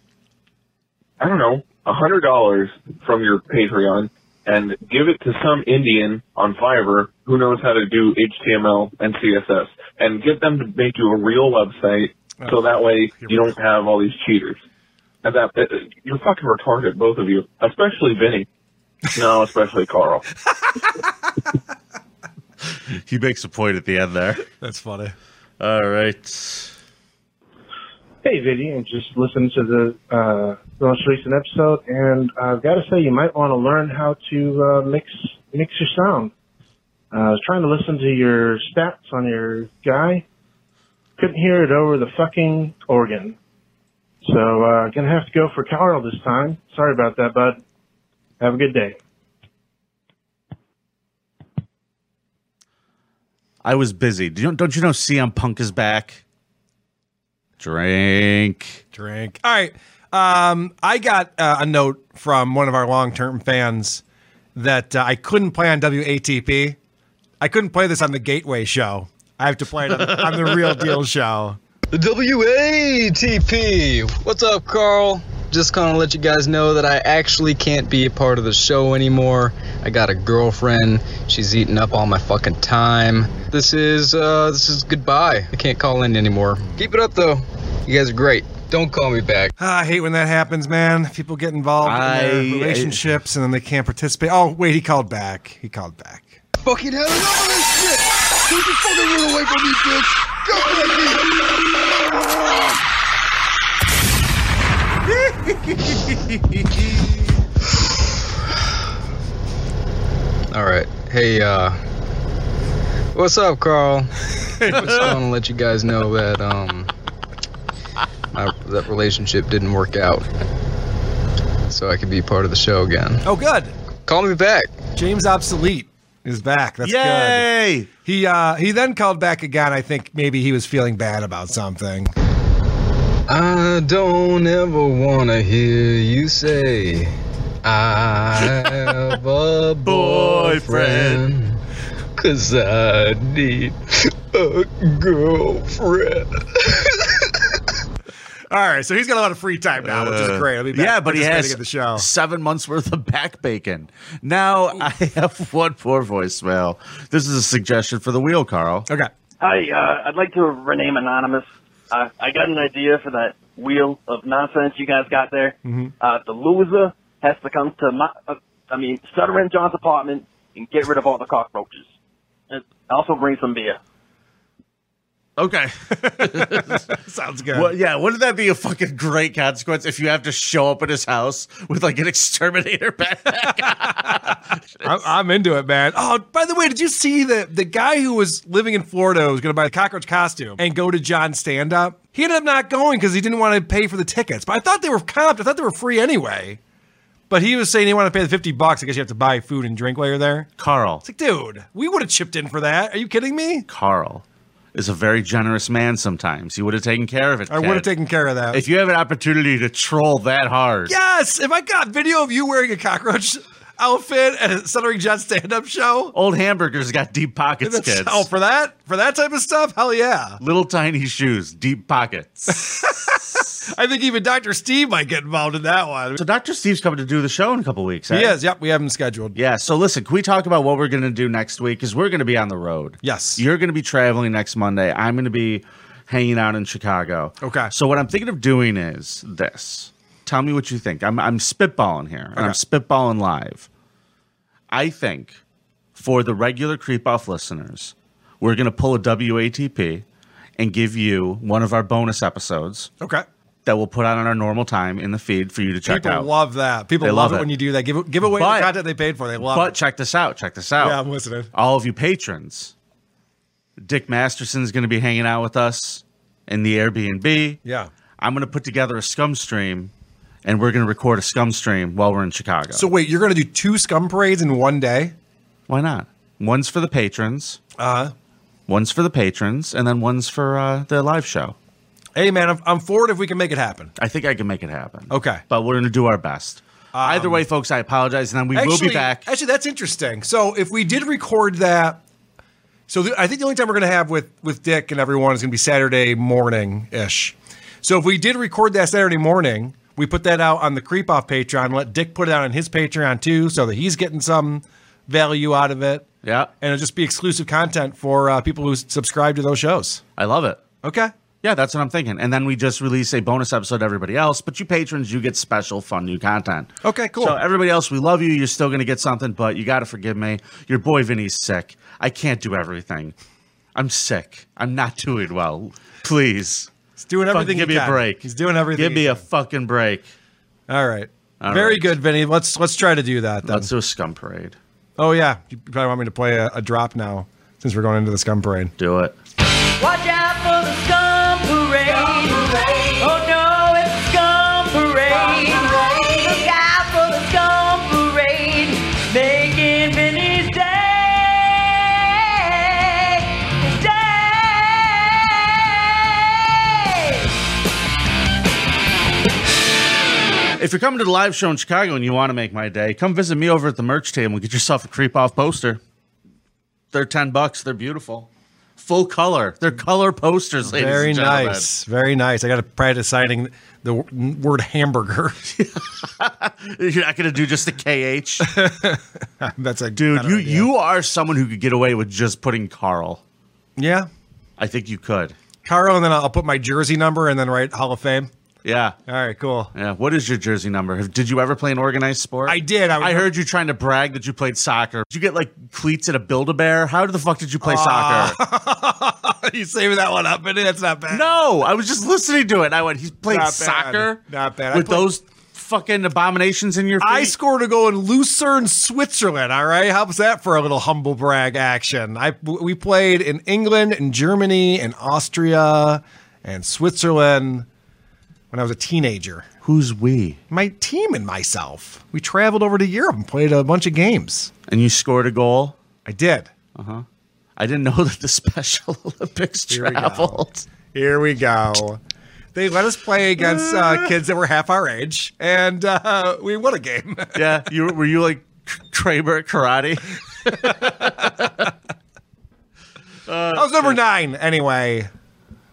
N: I don't know a hundred dollars from your Patreon and give it to some Indian on Fiverr who knows how to do HTML and CSS, and get them to make you a real website so that way you don't have all these cheaters. At that, uh, you're fucking retarded, both of you, especially Vinny. No, especially Carl.
F: *laughs* He makes a point at the end there.
H: That's funny.
F: All right.
O: *laughs* Hey, Vinny, I just listened to the uh, most recent episode, and I've got to say, you might want to learn how to uh, mix mix your sound. Uh, I was trying to listen to your stats on your guy, couldn't hear it over the fucking organ. So, uh, gonna have to go for Carl this time. Sorry about that, bud. Have a good day.
F: I was busy. Do you, don't you know CM Punk is back? Drink.
H: Drink. All right. Um, I got uh, a note from one of our long term fans that uh, I couldn't play on WATP. I couldn't play this on the Gateway show. I have to play it on, on the Real Deal show.
P: The WATP. What's up, Carl? Just kind of let you guys know that I actually can't be a part of the show anymore. I got a girlfriend. She's eating up all my fucking time. This is uh, this is goodbye. I can't call in anymore. Keep it up though. You guys are great. Don't call me back.
H: Ah, I hate when that happens, man. People get involved in
P: I-
H: their relationships and then they can't participate. Oh, wait, he called back. He called back.
M: Fucking hell, enough of this shit! Don't you fucking run away from me, bitch! Go back here!
P: All right. Hey, uh, what's up, Carl?
H: *laughs* Hey,
P: Just want to let you guys know that um, my, that relationship didn't work out, so I could be part of the show again.
H: Oh, good.
P: Call me back.
H: James Obsolete is back. That's good. He uh, he then called back again. I think maybe he was feeling bad about something.
P: I don't ever wanna hear you say I have a boyfriend. Cause I need a girlfriend.
H: All right, so he's got a lot of free time now, which is great. I'll be back
F: Uh, yeah, but he
H: participating
F: has
H: in the show.
F: seven months worth of back bacon. Now I have one poor voicemail. This is a suggestion for the wheel, Carl.
H: Okay.
Q: Hi, uh, I'd like to rename Anonymous. Uh, I got an idea for that wheel of nonsense you guys got there.
M: Mhm.
Q: Uh, the loser has to come to my, uh, I mean, Sutter and John's apartment and get rid of all the cockroaches. And also bring some beer.
F: Okay.
H: Sounds
Q: good.
F: Well, yeah, wouldn't that be a fucking great consequence if you have to show up at his house with like an exterminator backpack?
H: *laughs* I'm, I'm into it, man. Oh, by the way, did you see the the guy who was living in Florida was going to buy a cockroach costume and go to John's stand up? He ended up not going because he didn't want to pay for the tickets. But I thought they were comped. I thought they were free anyway. But he was saying he wanted to pay the fifty bucks. I guess you have to buy food and drink while you're there.
F: Carl.
H: It's like, dude, we would have chipped in for that. Are you kidding me?
F: Carl. is a very generous man sometimes. He would have taken care of it.
H: I would have taken care of that.
F: If you have an opportunity to troll that hard,
H: Yes, if I got video of you wearing a cockroach outfit at a Stuttering John stand-up show,
F: old hamburgers got deep pockets,
H: that's-
F: kids.
H: oh, for that, for that type of stuff, hell yeah!
F: Little tiny shoes, deep pockets.
H: I think even Dr. Steve might get involved in that one.
F: so Dr. Steve's coming to do the show in a couple weeks.
H: He
F: eh?
H: is. Yep, we have him scheduled.
F: Yeah. So listen, can we talk about what we're going to do next week? Because we're going to be on the road.
H: Yes.
F: You're going to be traveling next Monday. I'm going to be hanging out in Chicago.
H: Okay.
F: So what I'm thinking of doing is this. Tell me what you think. I'm I'm spitballing here, and I'm spitballing live. I think for the regular creep off listeners, we're going to pull a WATP and give you one of our bonus episodes
H: Okay.
F: that we'll put out on our normal time in the feed for you to check
H: People
F: out.
H: love that. People
F: They
H: love,
F: love
H: it
F: it.
H: when you do that. Give give away
F: But-
H: the content they paid for. They love
F: but
H: it.
F: check this out. Check this out.
H: Yeah, I'm listening.
F: all of you patrons. Dick Masterson's going to be hanging out with us in the Airbnb.
H: Yeah.
F: I'm going to put together a scum stream and we're going to record a scum stream while we're in Chicago.
H: So wait, you're gonna do two scum parades in one day?
F: Why not? One's for the patrons,
H: Uh
F: one's for the patrons, and then one's for uh, the live show.
H: hey man, I'm, I'm forward if we can make it happen.
F: I think I can make it happen.
H: Okay. Um,
F: But we're going to do our best. Either way, folks, I apologize. And then we will be back.
H: Actually, that's interesting. So if we did record that, so th- I think the only time we're going to have with with Dick and everyone is going to be Saturday morning ish. So if we did record that Saturday morning, we put that out on the Creep Off Patreon. Let Dick put it out on his Patreon too, so that he's getting some value out of it.
F: Yeah.
H: and it'll just be exclusive content for uh, people who s- subscribe to those shows.
F: I love it.
H: Okay.
F: Yeah, that's what I'm thinking. And then we just release a bonus episode to everybody else. But you patrons, you get special, fun, new content.
H: Okay, cool.
F: So everybody else, we love you. You're still going to get something, but you got to forgive me. Your boy Vinny's sick. I can't do everything. I'm sick. I'm not doing well. Please.
H: He's doing
F: Fucking
H: everything
F: Give
H: he
F: me a
H: can.
F: break.
H: He's doing everything
F: Give
H: he
F: me a fucking break.
H: All right.
F: All
H: Very
F: right.
H: good, Vinny. Let's let's try to do that. Then.
F: Let's do a scum parade.
H: Oh yeah, you probably want me to play a, a drop now since we're going into the scum parade.
F: Do it.
M: Watch out for the scum parade. Oh no, it's the scum parade. Look out for the scum parade. Making Vinny's day. His day.
F: If you're coming to the live show in Chicago and you want to make my day, come visit me over at the merch table. Get yourself a creep off poster. They're ten bucks. They're beautiful, full color. They're color posters, ladies
H: Very
F: and gentlemen.
H: nice, very nice. I got to practice signing the w- word hamburger.
F: *laughs*
H: *laughs*
F: You're not gonna do just a
H: *laughs*
F: KH,
H: That's a
F: dude. You you are someone who could get away with just putting Carl.
H: yeah,
F: I think you could.
H: Caro, and then I'll I'll put my jersey number and then write Hall of Fame.
F: Yeah.
H: All right, cool. *laughs*
F: Yeah. What is your jersey number? Have- Did you ever play an organized sport?
H: I did. I,
F: I heard you trying to brag that you played soccer. Did you get like cleats at a Build a Bear? How the fuck did you play
H: Ah.
F: soccer?
H: you saving that one up, but that's not bad.
F: No, I was just listening to it. And I went, he's playing
H: Not bad.
F: soccer
H: Not bad. I
F: with
H: played-
F: those fucking abominations in your feet.
H: I scored a goal in Lucerne, Switzerland. All right, how's that for a little humble brag action? I we played in England and Germany and Austria and Switzerland when I was a teenager.
F: Who's we?
H: My team and myself. We traveled over to Europe and played a bunch of games.
F: And you scored a goal.
H: I did.
F: Uh huh. I didn't know *laughs* that the Special Olympics
H: Here we go.
F: traveled.
H: Here we go. They let us play against
F: *laughs*
H: uh, kids that were half our age, and uh, we won a game. *laughs*
F: yeah, you were you like Kramer at karate?
H: I was number nine anyway.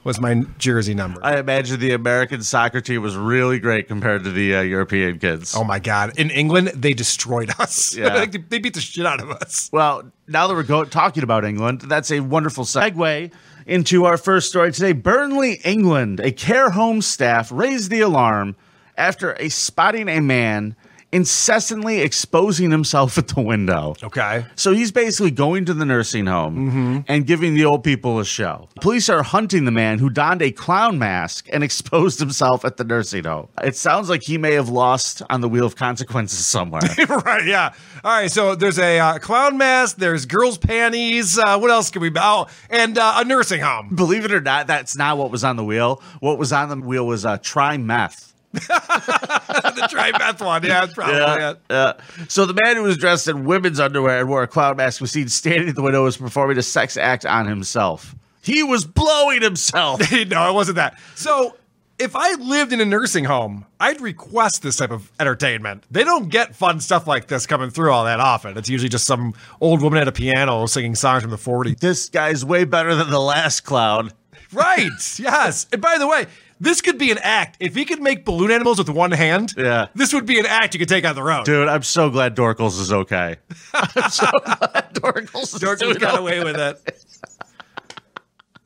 H: Was my jersey number?
F: I imagine the American soccer team was really great compared to the uh, European kids.
H: Oh my God! In England, they destroyed us. *laughs*
F: Yeah.
H: Like, they, they beat the shit out of us.
F: Well, now that we're go- talking about England, that's a wonderful segue into our first story today. Burnley, England. A care home staff raised the alarm after a spotting a man incessantly exposing himself *laughs* at the window.
H: Okay.
F: So he's basically going to the nursing home and giving the old people a show. Police are hunting the man who donned a clown mask and *laughs* exposed himself at the nursing home. It sounds like he may have lost on the wheel of consequences somewhere.
H: *laughs* right. Yeah. All right. So there's a uh, clown mask. There's girls' panties. Uh, what else can we? Oh, and uh, a nursing home. *laughs*
F: believe it or not, that's not what was on the wheel. What was on the wheel was uh, try meth.
H: the trimeth one. Oh, Yeah, that's probably it.
F: yeah. So the man who was dressed in women's underwear and wore a clown mask was seen standing at the window was performing a sex act on himself. He was blowing
H: *laughs*
F: himself.
H: no, it wasn't that. So if I lived in a nursing home, I'd request this type of entertainment. They don't get fun stuff like this coming through all that often. It's usually just some old woman at a piano singing songs from the
F: *laughs*
H: 40s.
F: This guy's way better than the last clown.
H: Right. yes. And by the way, this could be an act. If he could make balloon animals with one hand,
F: yeah.
H: this would be an act you could take on the road.
F: Dude, I'm so glad Dorkles is
H: *laughs*
F: okay. I'm so glad Dorkles, is *laughs*
H: Dorkles
F: doing
H: got
F: okay.
H: away with it.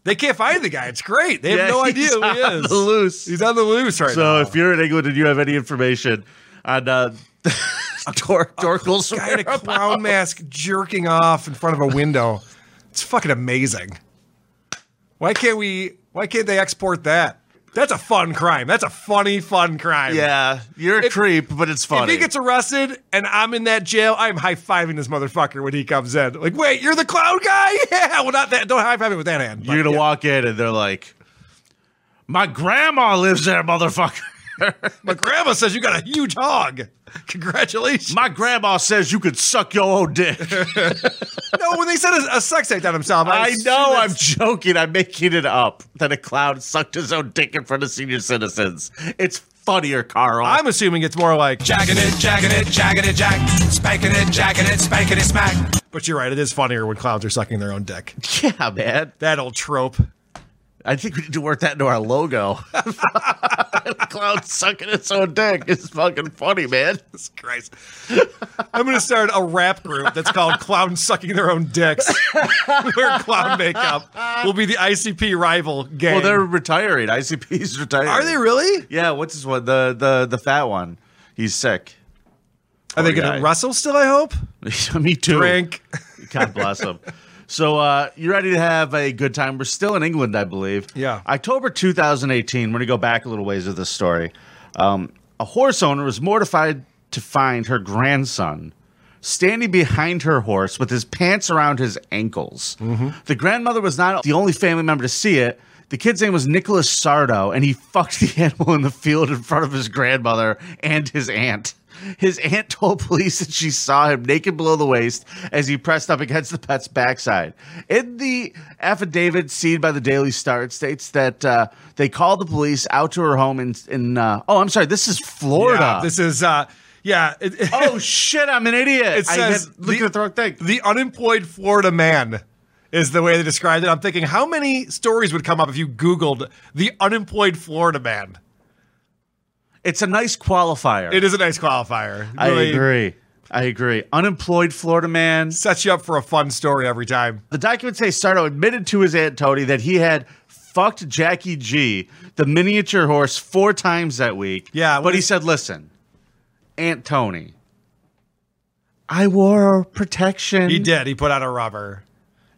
H: They can't find the guy. It's great. They have
F: Yeah,
H: no
F: he's
H: idea who he
F: on
H: is.
F: the loose.
H: He's on the loose right now.
F: So if you're in England and you have any information on
H: *laughs*
F: uh, *laughs* Dor- Dorkles,
H: guy in a clown mask jerking off in front of a window. It's fucking amazing. Why can't we? Why can't they export that? That's a fun crime. That's a funny, fun crime.
F: yeah, you're a
H: If-
F: creep, but it's
H: If
F: funny.
H: he gets arrested and I'm in that jail, I'm high fiving this motherfucker when he comes in. Like, wait, you're the clown guy? *laughs* Yeah. Well, not that. Don't high five it with that hand.
F: you're gonna walk in and they're like, "My grandma lives there, motherfucker." *laughs*
H: My grandma says you got a huge hog. Congratulations.
F: My grandma says you could suck your own
H: *laughs*
F: dick.
H: no, when they said a, a sex act on himself, I,
F: I know I'm joking. I'm making it up that a clown sucked his own dick in front of senior citizens. It's funnier, Carl.
H: I'm assuming it's more like jacking it, jacking it, jacking it, jack, spanking it, jacking it, spanking it, smack. But you're right. It is funnier when clowns are sucking their own dick.
F: *laughs* Yeah, man.
H: That old trope.
F: I think we need to work that into our logo. *laughs* clown sucking its own dick is fucking funny, man.
H: Christ. I'm going to start a rap group that's called Clown Sucking Their Own Dicks. *laughs* Wear clown makeup. We'll be the ICP rival gang.
F: Well, they're retiring. ICP's retiring.
H: Are they really?
F: Yeah. What's his one? The the the fat one. He's sick. *laughs*
H: Are they
F: Poor
H: going to
F: guy.
H: wrestle still, I hope?
F: Me too.
H: Drink.
F: *laughs* God bless him. So uh, you ready to have a good time? We're still in England, I believe.
H: Yeah.
F: October 2018. We're gonna go back a little ways with this story. Um, a horse owner was mortified to find her grandson standing behind her horse with his pants around his ankles.
H: Mm-hmm.
F: The grandmother was not the only family member to see it. The kid's name was Nicholas Sardo, and he *laughs* fucked the animal in the field in front of his grandmother and his aunt. His aunt told police that she saw him naked below the waist as he pressed up against the pet's backside. In the affidavit seen by the Daily Star, it states that uh, they called the police out to her home in. in uh, oh, I'm sorry. This is Florida.
H: Yeah, this is, uh, yeah. It,
F: oh, shit. I'm an idiot.
H: It
F: I
H: says
F: had- looking at the wrong thing.
H: *laughs* the unemployed Florida man is the way they described it. I'm thinking, how many stories would come up if you Googled the unemployed Florida man?
F: It's a nice qualifier.
H: It is a nice qualifier.
F: I
H: Really
F: agree. I agree. Unemployed Florida man.
H: Sets you up for a fun story every time.
F: The documents say Sardo admitted to his Aunt Tony that he had fucked Jackie G, the miniature horse, four times that week.
H: Yeah,
F: But he said, listen, Aunt Tony, I wore protection.
H: He did. He put out a rubber.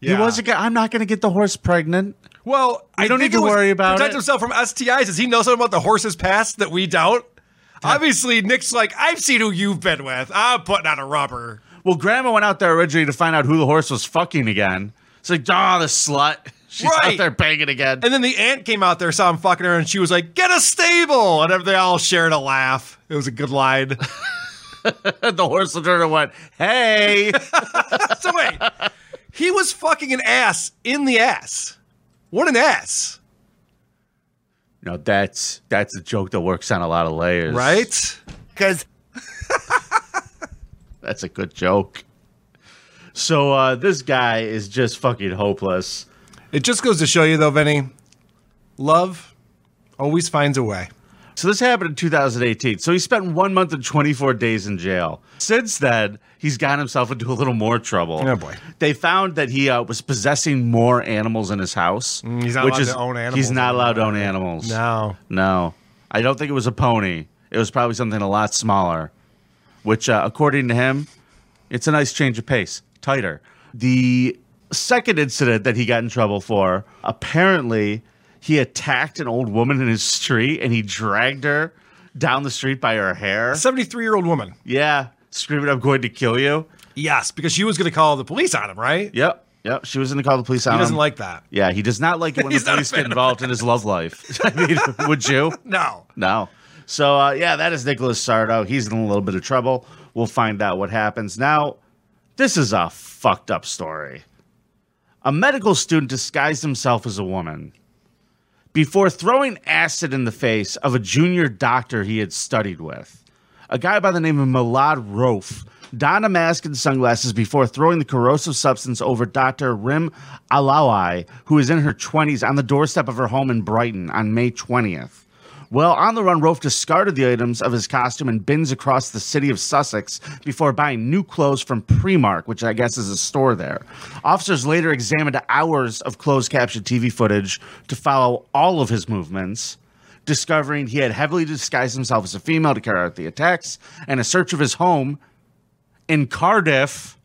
F: He wasn't. Gonna, I'm not going to get the horse pregnant.
H: Well,
F: We
H: I
F: don't
H: think
F: need to
H: it was
F: worry about
H: protect
F: it.
H: himself from STIs. Does he know something about the horse's past that we don't? Obviously, Nick's like, I've seen who you've been with. I'm putting out a rubber.
F: Well, Grandma went out there originally to find out who the horse was fucking again. It's like, ah, the slut. *laughs* She's
H: Right.
F: out there banging again.
H: And then the aunt came out there, saw him fucking her, and she was like, "Get a stable!" And they all shared a laugh. It was a good
F: *laughs*
H: line.
F: the horse looked at her and went,
H: *laughs*
F: hey.
H: so wait, he was fucking an ass in the ass. What an ass,
F: No, that's that's a joke that works on a lot of layers.
H: right?
F: Because that's a good joke. So uh, this guy is just fucking hopeless.
H: It just goes to show you, though, Vinny, love always finds a way.
F: So this happened in 2018. So he spent one month and 24 days in jail. Since then, he's gotten himself into a little more trouble.
H: Oh, boy.
F: They found that he uh, was possessing more animals in his house.
H: Mm, he's not
F: which
H: allowed
F: is,
H: to own animals
F: He's not allowed to own animals.
H: No.
F: No, I don't think it was a pony. It was probably something a lot smaller, which, uh, according to him, it's a nice change of pace, tighter. The second incident that he got in trouble for, apparently, he attacked an old woman in his street and he dragged her down the street by her hair.
H: 73 year old woman.
F: Yeah, screaming, "I'm going to kill you!"
H: Yes, because she was going to call the police on him, right?
F: Yep, yep. She was going to call the police on
H: He doesn't
F: him.
H: like that.
F: Yeah, he does not like it when the
H: He's not a
F: police
H: fan
F: get
H: of
F: involved in his love life. *laughs* I mean, would you?
H: No.
F: No. So uh, yeah, that is Nicholas Sardo. He's in a little bit of trouble. We'll find out what happens. Now, this is a fucked up story. a medical student disguised himself as a woman before throwing acid in the face of a junior doctor he had studied with, a guy by the name of Milad Rofe. Donned a mask and sunglasses before throwing the corrosive substance over Dr. Rim Alawi, who is in her 20s, on the doorstep of her home in Brighton on May 20th. Well, on the run, Rofe discarded the items of his costume and bins across the city of Sussex before buying new clothes from Primark, which I guess is a store there. Officers later examined hours of closed caption TV footage to follow all of his movements, discovering he had heavily disguised himself as a female to carry out the attacks, and a search of his home in Cardiff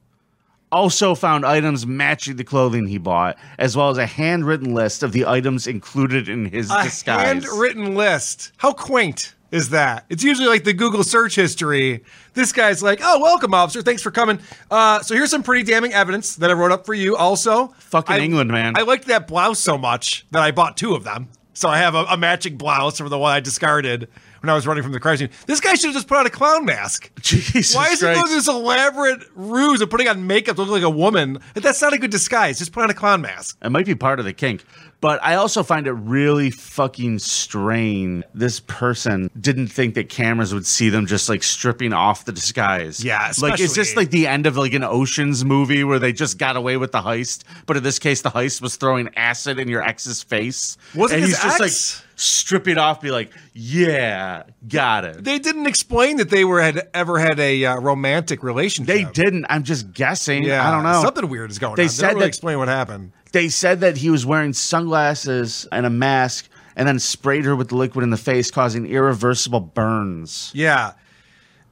F: also found items matching the clothing he bought, as well as a handwritten list of the items included in his
H: a
F: disguise.
H: handwritten list. How quaint is that? It's usually like the Google search history. This guy's like, "Oh, welcome, officer. Thanks for coming." Uh, so here's some pretty damning evidence that I wrote up for you. Also, fucking
F: England, man. *laughs*
H: I liked that blouse so much that I bought two of them. So I have a, a matching blouse from the one I discarded when I was running from the crime scene. This guy should have just put on a clown mask.
F: Jesus
H: Why is he going
F: Christ.
H: through this elaborate ruse of putting on makeup to look like a woman? That's not a good disguise. Just put on a clown mask.
F: It might be part of the kink. But I also find it really fucking strange. This person didn't think that cameras would see them just like stripping off the disguise.
H: Yeah,
F: like is this
H: especially-
F: like the end of like an Ocean's movie where they just got away with the heist? But in this case, the heist was throwing acid in your ex's face.
H: Wasn't
F: and
H: his
F: he's just
H: ex?
F: like stripping off, be like, yeah, got it.
H: They didn't explain that they were had ever had a uh, romantic relationship. They
F: didn't. I'm just guessing. I don't know.
H: Something weird is going
F: They
H: on.
F: said
H: they don't really
F: that-
H: explain what happened.
F: They said that he was wearing sunglasses and a mask and then sprayed her with liquid in the face, causing irreversible burns.
H: Yeah.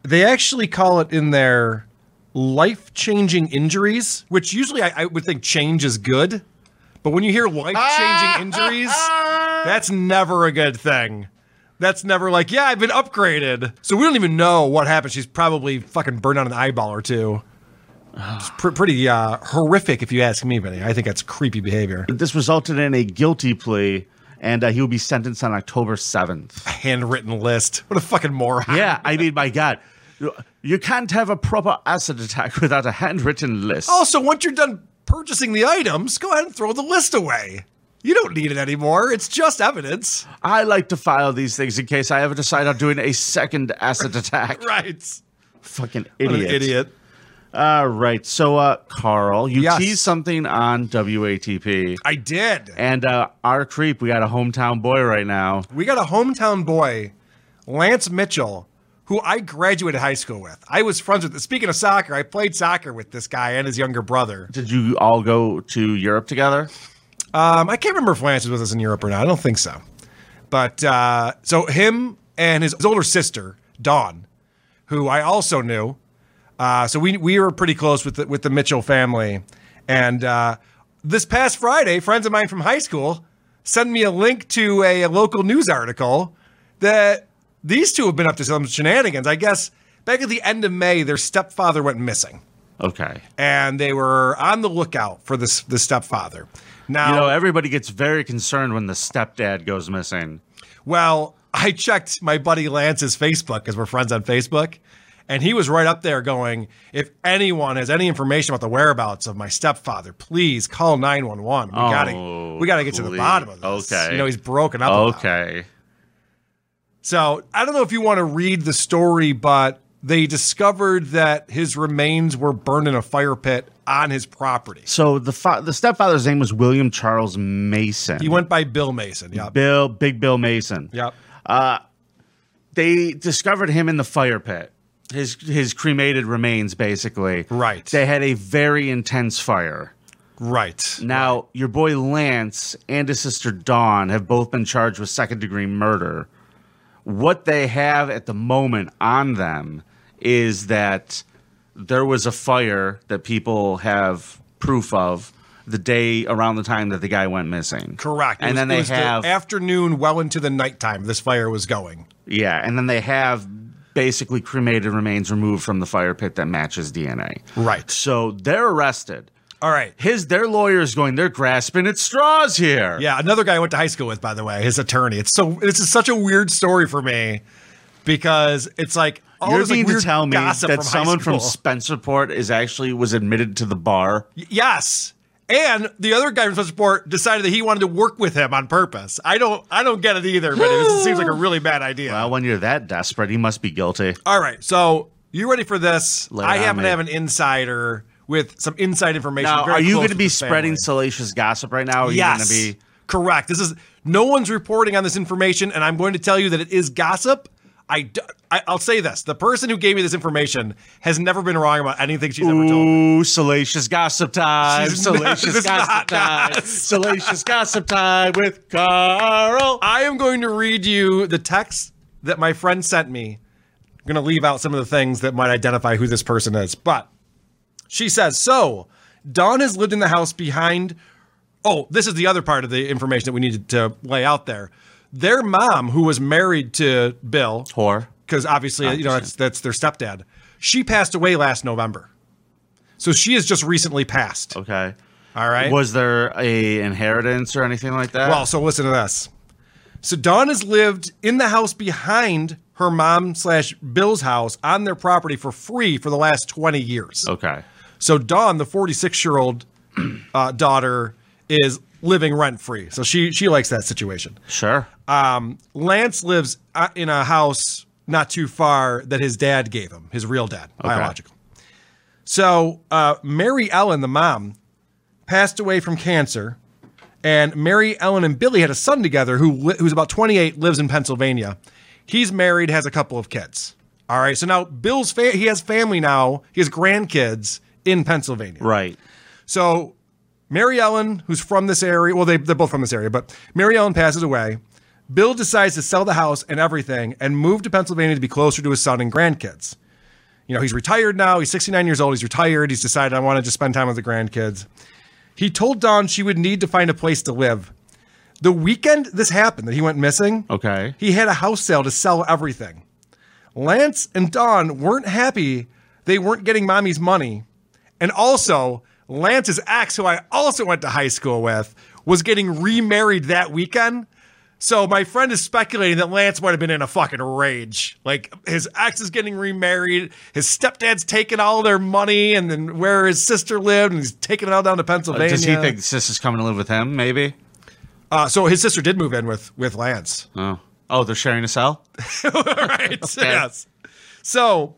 H: They actually call it in their life changing injuries, which usually I, I would think change is good. But when you hear life changing injuries, that's never a good thing. That's never like, yeah, I've been upgraded. So we don't even know what happened. She's probably fucking burned out an eyeball or two. It's pr- pretty uh, horrific, if you ask me, Benny. I think that's creepy behavior.
F: This resulted in a guilty plea, and uh, he will be sentenced on October 7th.
H: *laughs* handwritten list. What a fucking moron.
F: Yeah, I mean, my God. You- You can't have a proper acid attack without a handwritten list.
H: Also, once you're done purchasing the items, go ahead and throw the list away. You don't need it anymore. It's just evidence.
F: I like to file these things in case I ever decide on doing a second acid attack.
H: Right.
F: Fucking
H: What
F: idiot.
H: an idiot.
F: All right. So, uh, Carl, you
H: Yes.
F: teased something on WATP.
H: I did.
F: And uh, our creep, we got a hometown boy right now.
H: We got a hometown boy, Lance Mitchell, who I graduated high school with. I was friends with. Speaking of soccer, I played soccer with this guy and his younger brother.
F: Did you all go to Europe together?
H: Um, I can't remember if Lance was with us in Europe or not. I don't think so. But uh, so him and his older sister Dawn, who I also knew. Uh, so we we were pretty close with the, with the Mitchell family. And uh, this past Friday, friends of mine from high school sent me a link to a, a local news article that these two have been up to some shenanigans. I guess back at the end of May, their stepfather went missing,
F: Okay.
H: and they were on the lookout for this the stepfather. Now
F: you know, everybody gets very concerned when the stepdad goes missing.
H: Well, I checked my buddy Lance's Facebook because we're friends on Facebook, and he was right up there going, "If anyone has any information about the whereabouts of my stepfather, please call nine one one. We gotta, we gotta get to the bottom of this.
F: Oh, Okay.
H: You know, he's broken up. about it."
F: Okay.
H: So I don't know if you want to read the story, but they discovered that his remains were burned in a fire pit on his property.
F: So the fa- the stepfather's name was William Charles Mason.
H: He went by Bill Mason. Yep.
F: Bill, Big Bill Mason.
H: Yep.
F: Uh, they discovered him in the fire pit. His his cremated remains, basically.
H: Right.
F: They had a very intense fire.
H: Right.
F: Now, your boy Lance and his sister Dawn have both been charged with second degree murder. What they have at the moment on them is that there was a fire that people have proof of the day around the time that the guy went missing.
H: Correct. It
F: And
H: was-
F: then
H: it
F: they
H: was the
F: have
H: afternoon, well into the nighttime. This fire was going.
F: Yeah, and then they have basically cremated remains removed from the fire pit that matches DNA.
H: Right.
F: So they're arrested.
H: All right.
F: His their lawyer is going, they're grasping at straws here.
H: Yeah, another guy I went to high school with, by the way, his attorney. It's so this is such a weird story for me because it's like all
F: You're
H: this, like,
F: mean
H: weird
F: to tell me
H: gossip
F: that
H: from high
F: someone from
H: school.
F: Spencerport is actually was admitted to the bar?
H: yes, And the other guy from Special Support decided that he wanted to work with him on purpose. I don't, I don't get it either, but it, was- it seems like a really bad idea.
F: Well, when you're that desperate, he must be guilty.
H: All right, so you ready for this?
F: Lay it
H: I
F: on
H: happen
F: me.
H: to have an insider with some inside information.
F: Now,
H: very
F: are you
H: close
F: going to be
H: this family.
F: spreading salacious gossip right now? Or are
H: yes,
F: you going to be?
H: correct. This is no one's reporting on this information, and I'm going to tell you that it is gossip. I, d- I will say this: the person who gave me this information has never been wrong about anything she's ever told. me.
F: Ooh, salacious gossip time.
H: She's not- this
F: salacious
H: is
F: gossip
H: not
F: time.
H: *laughs*
F: salacious gossip time with Carl.
H: I am going to read you the text that my friend sent me. I'm going to leave out some of the things that might identify who this person is, but she says so. Dawn has lived in the house behind. Oh, this is the other part of the information that we needed to lay out there. Their mom, who was married to Bill,
F: whore,
H: because obviously you know that's that's their stepdad. She passed away last November, so she has just recently passed.
F: Okay.
H: All right.
F: Was there a inheritance or anything like that?
H: Well, so listen to this. So Dawn has lived in the house behind her mom slash Bill's house on their property for free for the last 20 years.
F: Okay.
H: So Dawn, the 46 year old uh, daughter, is living rent free. So she she likes that situation.
F: Sure.
H: Um, Lance lives uh, in a house not too far that his dad gave him, his real dad, biological. So uh, Mary Ellen, the mom, passed away from cancer, and Mary Ellen and Billy had a son together who li- who's about 28, lives in Pennsylvania. He's married, has a couple of kids. All right, so now Bill's fa- he has family now. He has grandkids in Pennsylvania.
F: Right.
H: So Mary Ellen, who's from this area, well, they, they're both from this area, but Mary Ellen passes away. Bill decides to sell the house and everything and move to Pennsylvania to be closer to his son and grandkids. You know, he's retired now. He's 69 years old. He's retired. He's decided, I want to just spend time with the grandkids. He told Don she would need to find a place to live. The weekend this happened, that he went missing,
F: Okay.
H: he had a house sale to sell everything. Lance and Don weren't happy they weren't getting mommy's money. And also, Lance's ex, who I also went to high school with, was getting remarried that weekend. So my friend is speculating that Lance might have been in a fucking rage. Like his ex is getting remarried, his stepdad's taking all their money, and then where his sister lived, and he's taking it all down to
F: Uh,
H: Pennsylvania.
F: does he think his sister's coming to live with him? Maybe.
H: Uh, so his sister did move in with with Lance.
F: Oh. Oh, they're sharing a cell.
H: *laughs* right. Yes. So,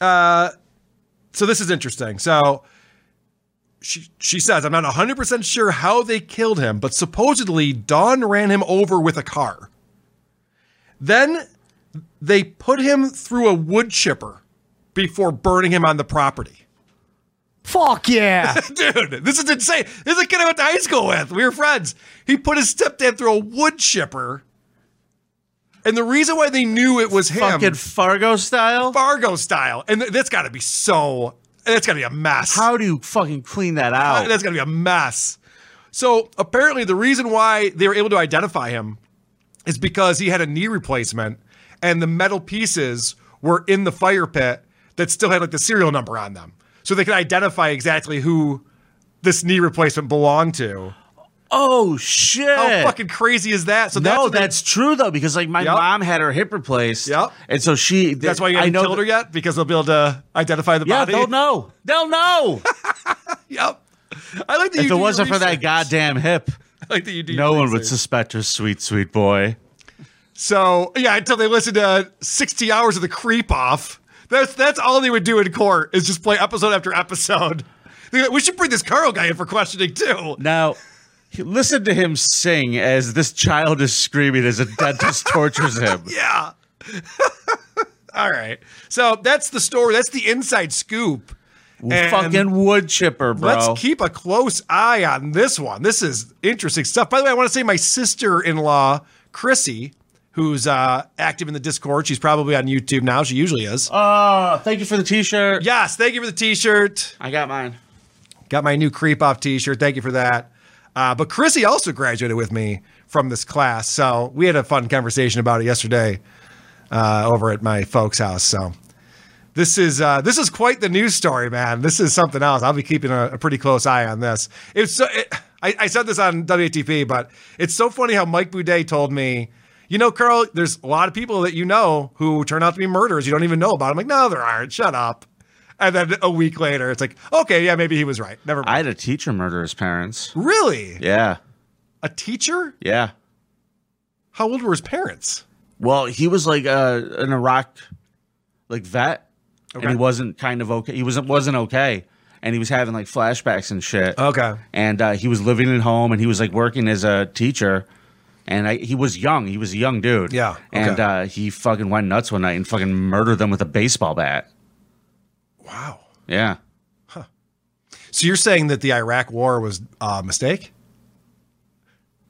H: uh, so this is interesting. So she she says, I'm not 100 percent sure how they killed him, but supposedly Don ran him over with a car. Then they put him through a wood chipper before burning him on the property.
R: Fuck yeah.
H: *laughs* Dude, this is insane. This is a kid I went to high school with. We were friends. He put his stepdad through a wood chipper. And the reason why they knew it was him.
F: Fucking Fargo style?
H: Fargo style. And th- that's got to be so. That's got to be a mess.
F: How do you fucking clean that out?
H: *laughs* That's got to be a mess. So apparently, the reason why they were able to identify him is because he had a knee replacement and the metal pieces were in the fire pit that still had like the serial number on them. So they could identify exactly who this knee replacement belonged to.
F: Oh shit!
H: How fucking crazy is that? So that's
F: no,
H: what they-
F: that's true though because like my
H: Yep.
F: mom had her hip replaced. Yep. And so she.
H: that's why you haven't killed her yet because they'll be able to identify the
F: Yeah,
H: body. *laughs*
F: they'll know. They'll know.
H: yep. I
F: if
H: like that. you *laughs* do
F: it
H: your
F: wasn't for that
H: research.
F: goddamn hip,
H: *laughs* I like that you do.
F: no
H: your
F: one would
H: research.
F: suspect her sweet, sweet boy.
H: So yeah, until they listen to sixty hours of the creep off. That's that's all they would do in court is just play episode after episode. They're like, We should bring this Carl guy in for questioning too.
F: Now, he- listen to him sing as this child is screaming as a dentist tortures him.
H: Yeah. all right. So that's the story. That's the inside scoop. *laughs* And
F: Fucking wood chipper, bro.
H: Let's keep a close eye on this one. This is interesting stuff. By the way, I want to say my sister in law, Chrissy, who's uh, active in the Discord. She's probably on YouTube now. She usually is.
F: Uh, thank you for the t-shirt.
H: Yes, thank you for the t-shirt.
F: I got mine.
H: Got my new creep off t-shirt. Thank you for that. Uh, but Chrissy also graduated with me from this class, so we had a fun conversation about it yesterday uh, over at my folks' house. So this is uh, this is quite the news story, man. This is something else. I'll be keeping a, a pretty close eye on this. It's so, it, I, I said this on WATP, but it's so funny how Mike Boudet told me, you know, Carl, there's a lot of people that you know who turn out to be murderers. You don't even know about. I'm like, no, there aren't. Shut up. And then a week later, it's like, okay, yeah, maybe he was right. Never mind.
F: I had a teacher murder his parents.
H: Really?
F: Yeah.
H: A teacher?
F: Yeah.
H: How old were his parents?
F: Well, he was like uh, an Iraq like vet,
H: Okay.
F: and he wasn't kind of okay. He wasn't wasn't okay, and he was having like flashbacks and shit.
H: Okay.
F: and uh, he was living at home, and he was like working as a teacher, and I, he was young. He was a young dude.
H: Yeah,
F: and
H: okay.
F: uh, he fucking went nuts one night and fucking murdered them with a baseball bat.
H: Wow.
F: Yeah.
H: So you're saying that the Iraq War was uh, a mistake?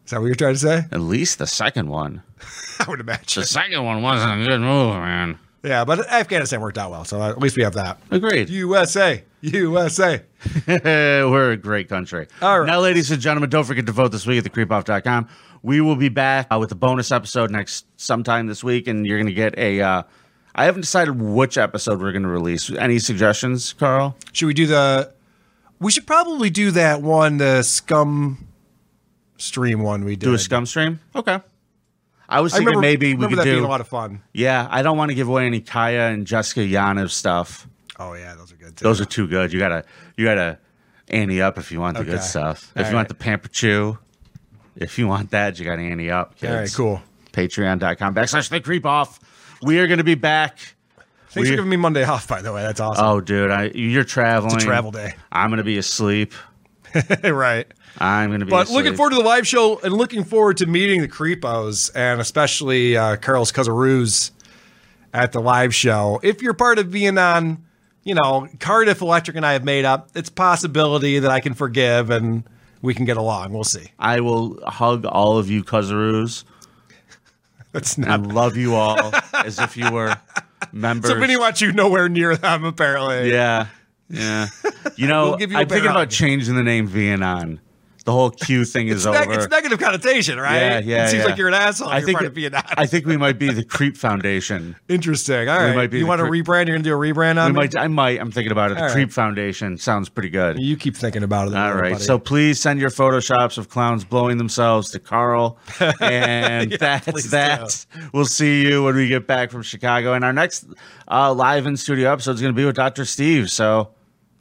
H: Is that what you're trying to say? *laughs*
F: At least the second one.
H: I would imagine.
F: The second one wasn't a good move, man.
H: Yeah, but Afghanistan worked out well, so at least we have that.
F: Agreed.
H: USA, USA.
F: *laughs* We're a great country. All right. Now, ladies and gentlemen, don't forget to vote this week at thecreepoff.com. We will be back uh, with a bonus episode next sometime this week, and you're going to get a. Uh, I haven't decided which episode we're going to release. Any suggestions, Carl?
H: Should we do the? We should probably do that one, the scum stream one we did.
F: Do a scum stream? Okay. I was
H: I
F: thinking
H: remember-
F: maybe we
H: remember
F: could
H: that
F: do
H: being a lot of fun.
F: Yeah, I don't want to give away any Kaya and Jessica Yanev stuff.
H: Oh yeah, those are good.
F: Those are too good. You gotta you gotta ante up if you want the
H: Okay.
F: good stuff.
H: All
F: if you want the pamper chew, if you want that, you gotta ante up. Kids.
H: All right, cool.
F: Patreon.com backslash the creep off. We are gonna be back.
H: Thanks for
F: We-
H: giving me Monday off, by the way. That's awesome.
F: Oh, dude, I you're traveling.
H: travel day.
F: I'm gonna be asleep. Oh.
H: *laughs* right.
F: I'm gonna be.
H: But looking
F: asleep.
H: forward to the live show and looking forward to meeting the Creepos and especially uh, Carl's Cuzzaroos at the live show. If you're part of being on, you know, Cardiff Electric and I have made up, it's a possibility that I can forgive and we can get along. We'll see.
F: I will hug all of you Cuzzaroos.
H: That's not. *laughs*
F: And love you all as if you were members.
H: So Vinny wants you nowhere near them, apparently.
F: Yeah. Yeah.
H: *laughs*
F: You know,
H: We'll give you a
F: I'm
H: bear
F: thinking
H: hug.
F: about changing the name Vianon. The whole Q thing is
H: Neg-
F: over.
H: *laughs* it's negative connotation,
F: Yeah,
H: right?
F: yeah.
H: It seems
F: yeah.
H: like you're an asshole.
F: I
H: if
F: think
H: you're part of being on.
F: I think we might be the Creep Foundation.
H: *laughs* Interesting. All
F: We
H: right.
F: might be
H: you
F: the
H: want to
F: cre-
H: rebrand? You're going to do a rebrand on
F: We
H: me?
F: might. I might. I'm thinking about it. The
H: Um, All right.
F: Creep Foundation sounds pretty good.
H: You keep thinking about it.
F: All right.
H: buddy.
F: So please send your photoshops of clowns blowing themselves to Carl. And
H: *laughs* Yeah,
F: that's
H: please
F: that. We'll see you when we get back from Chicago. And our next uh, live in studio episode is going to be with Dr. Steve. So,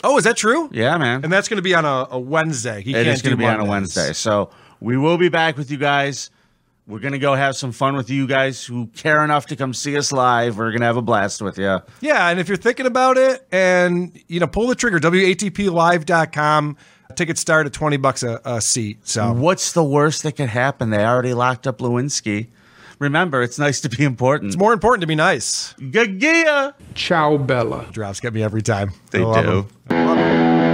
H: Oh, is that true?
F: yeah, man.
H: And that's going to be on a, a Wednesday. He
F: It
H: can't
F: is going to
H: do
F: be on a
H: Mondays.
F: Wednesday. So we will be back with you guys. We're going to go have some fun with you guys who care enough to come see us live. We're going to have a blast with you.
H: Yeah, and if you're thinking about it and you know, pull the trigger, WATPlive.com. Tickets start at 20 bucks a, a seat. So
F: What's the worst that could happen? They already locked up Lewinsky. Remember, it's nice to be important. It's
H: more important to be nice.
F: Gagia.
E: Ciao, Bella.
H: drops get me every time.
F: They
H: Oh, I love
F: do.
H: 'em.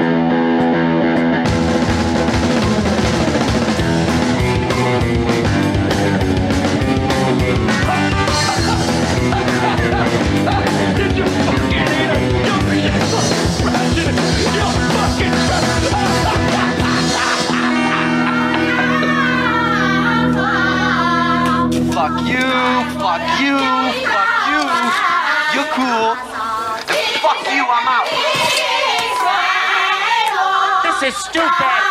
M: Fuck you, fuck you, fuck you. You're cool. Fuck you, I'm out. This is stupid.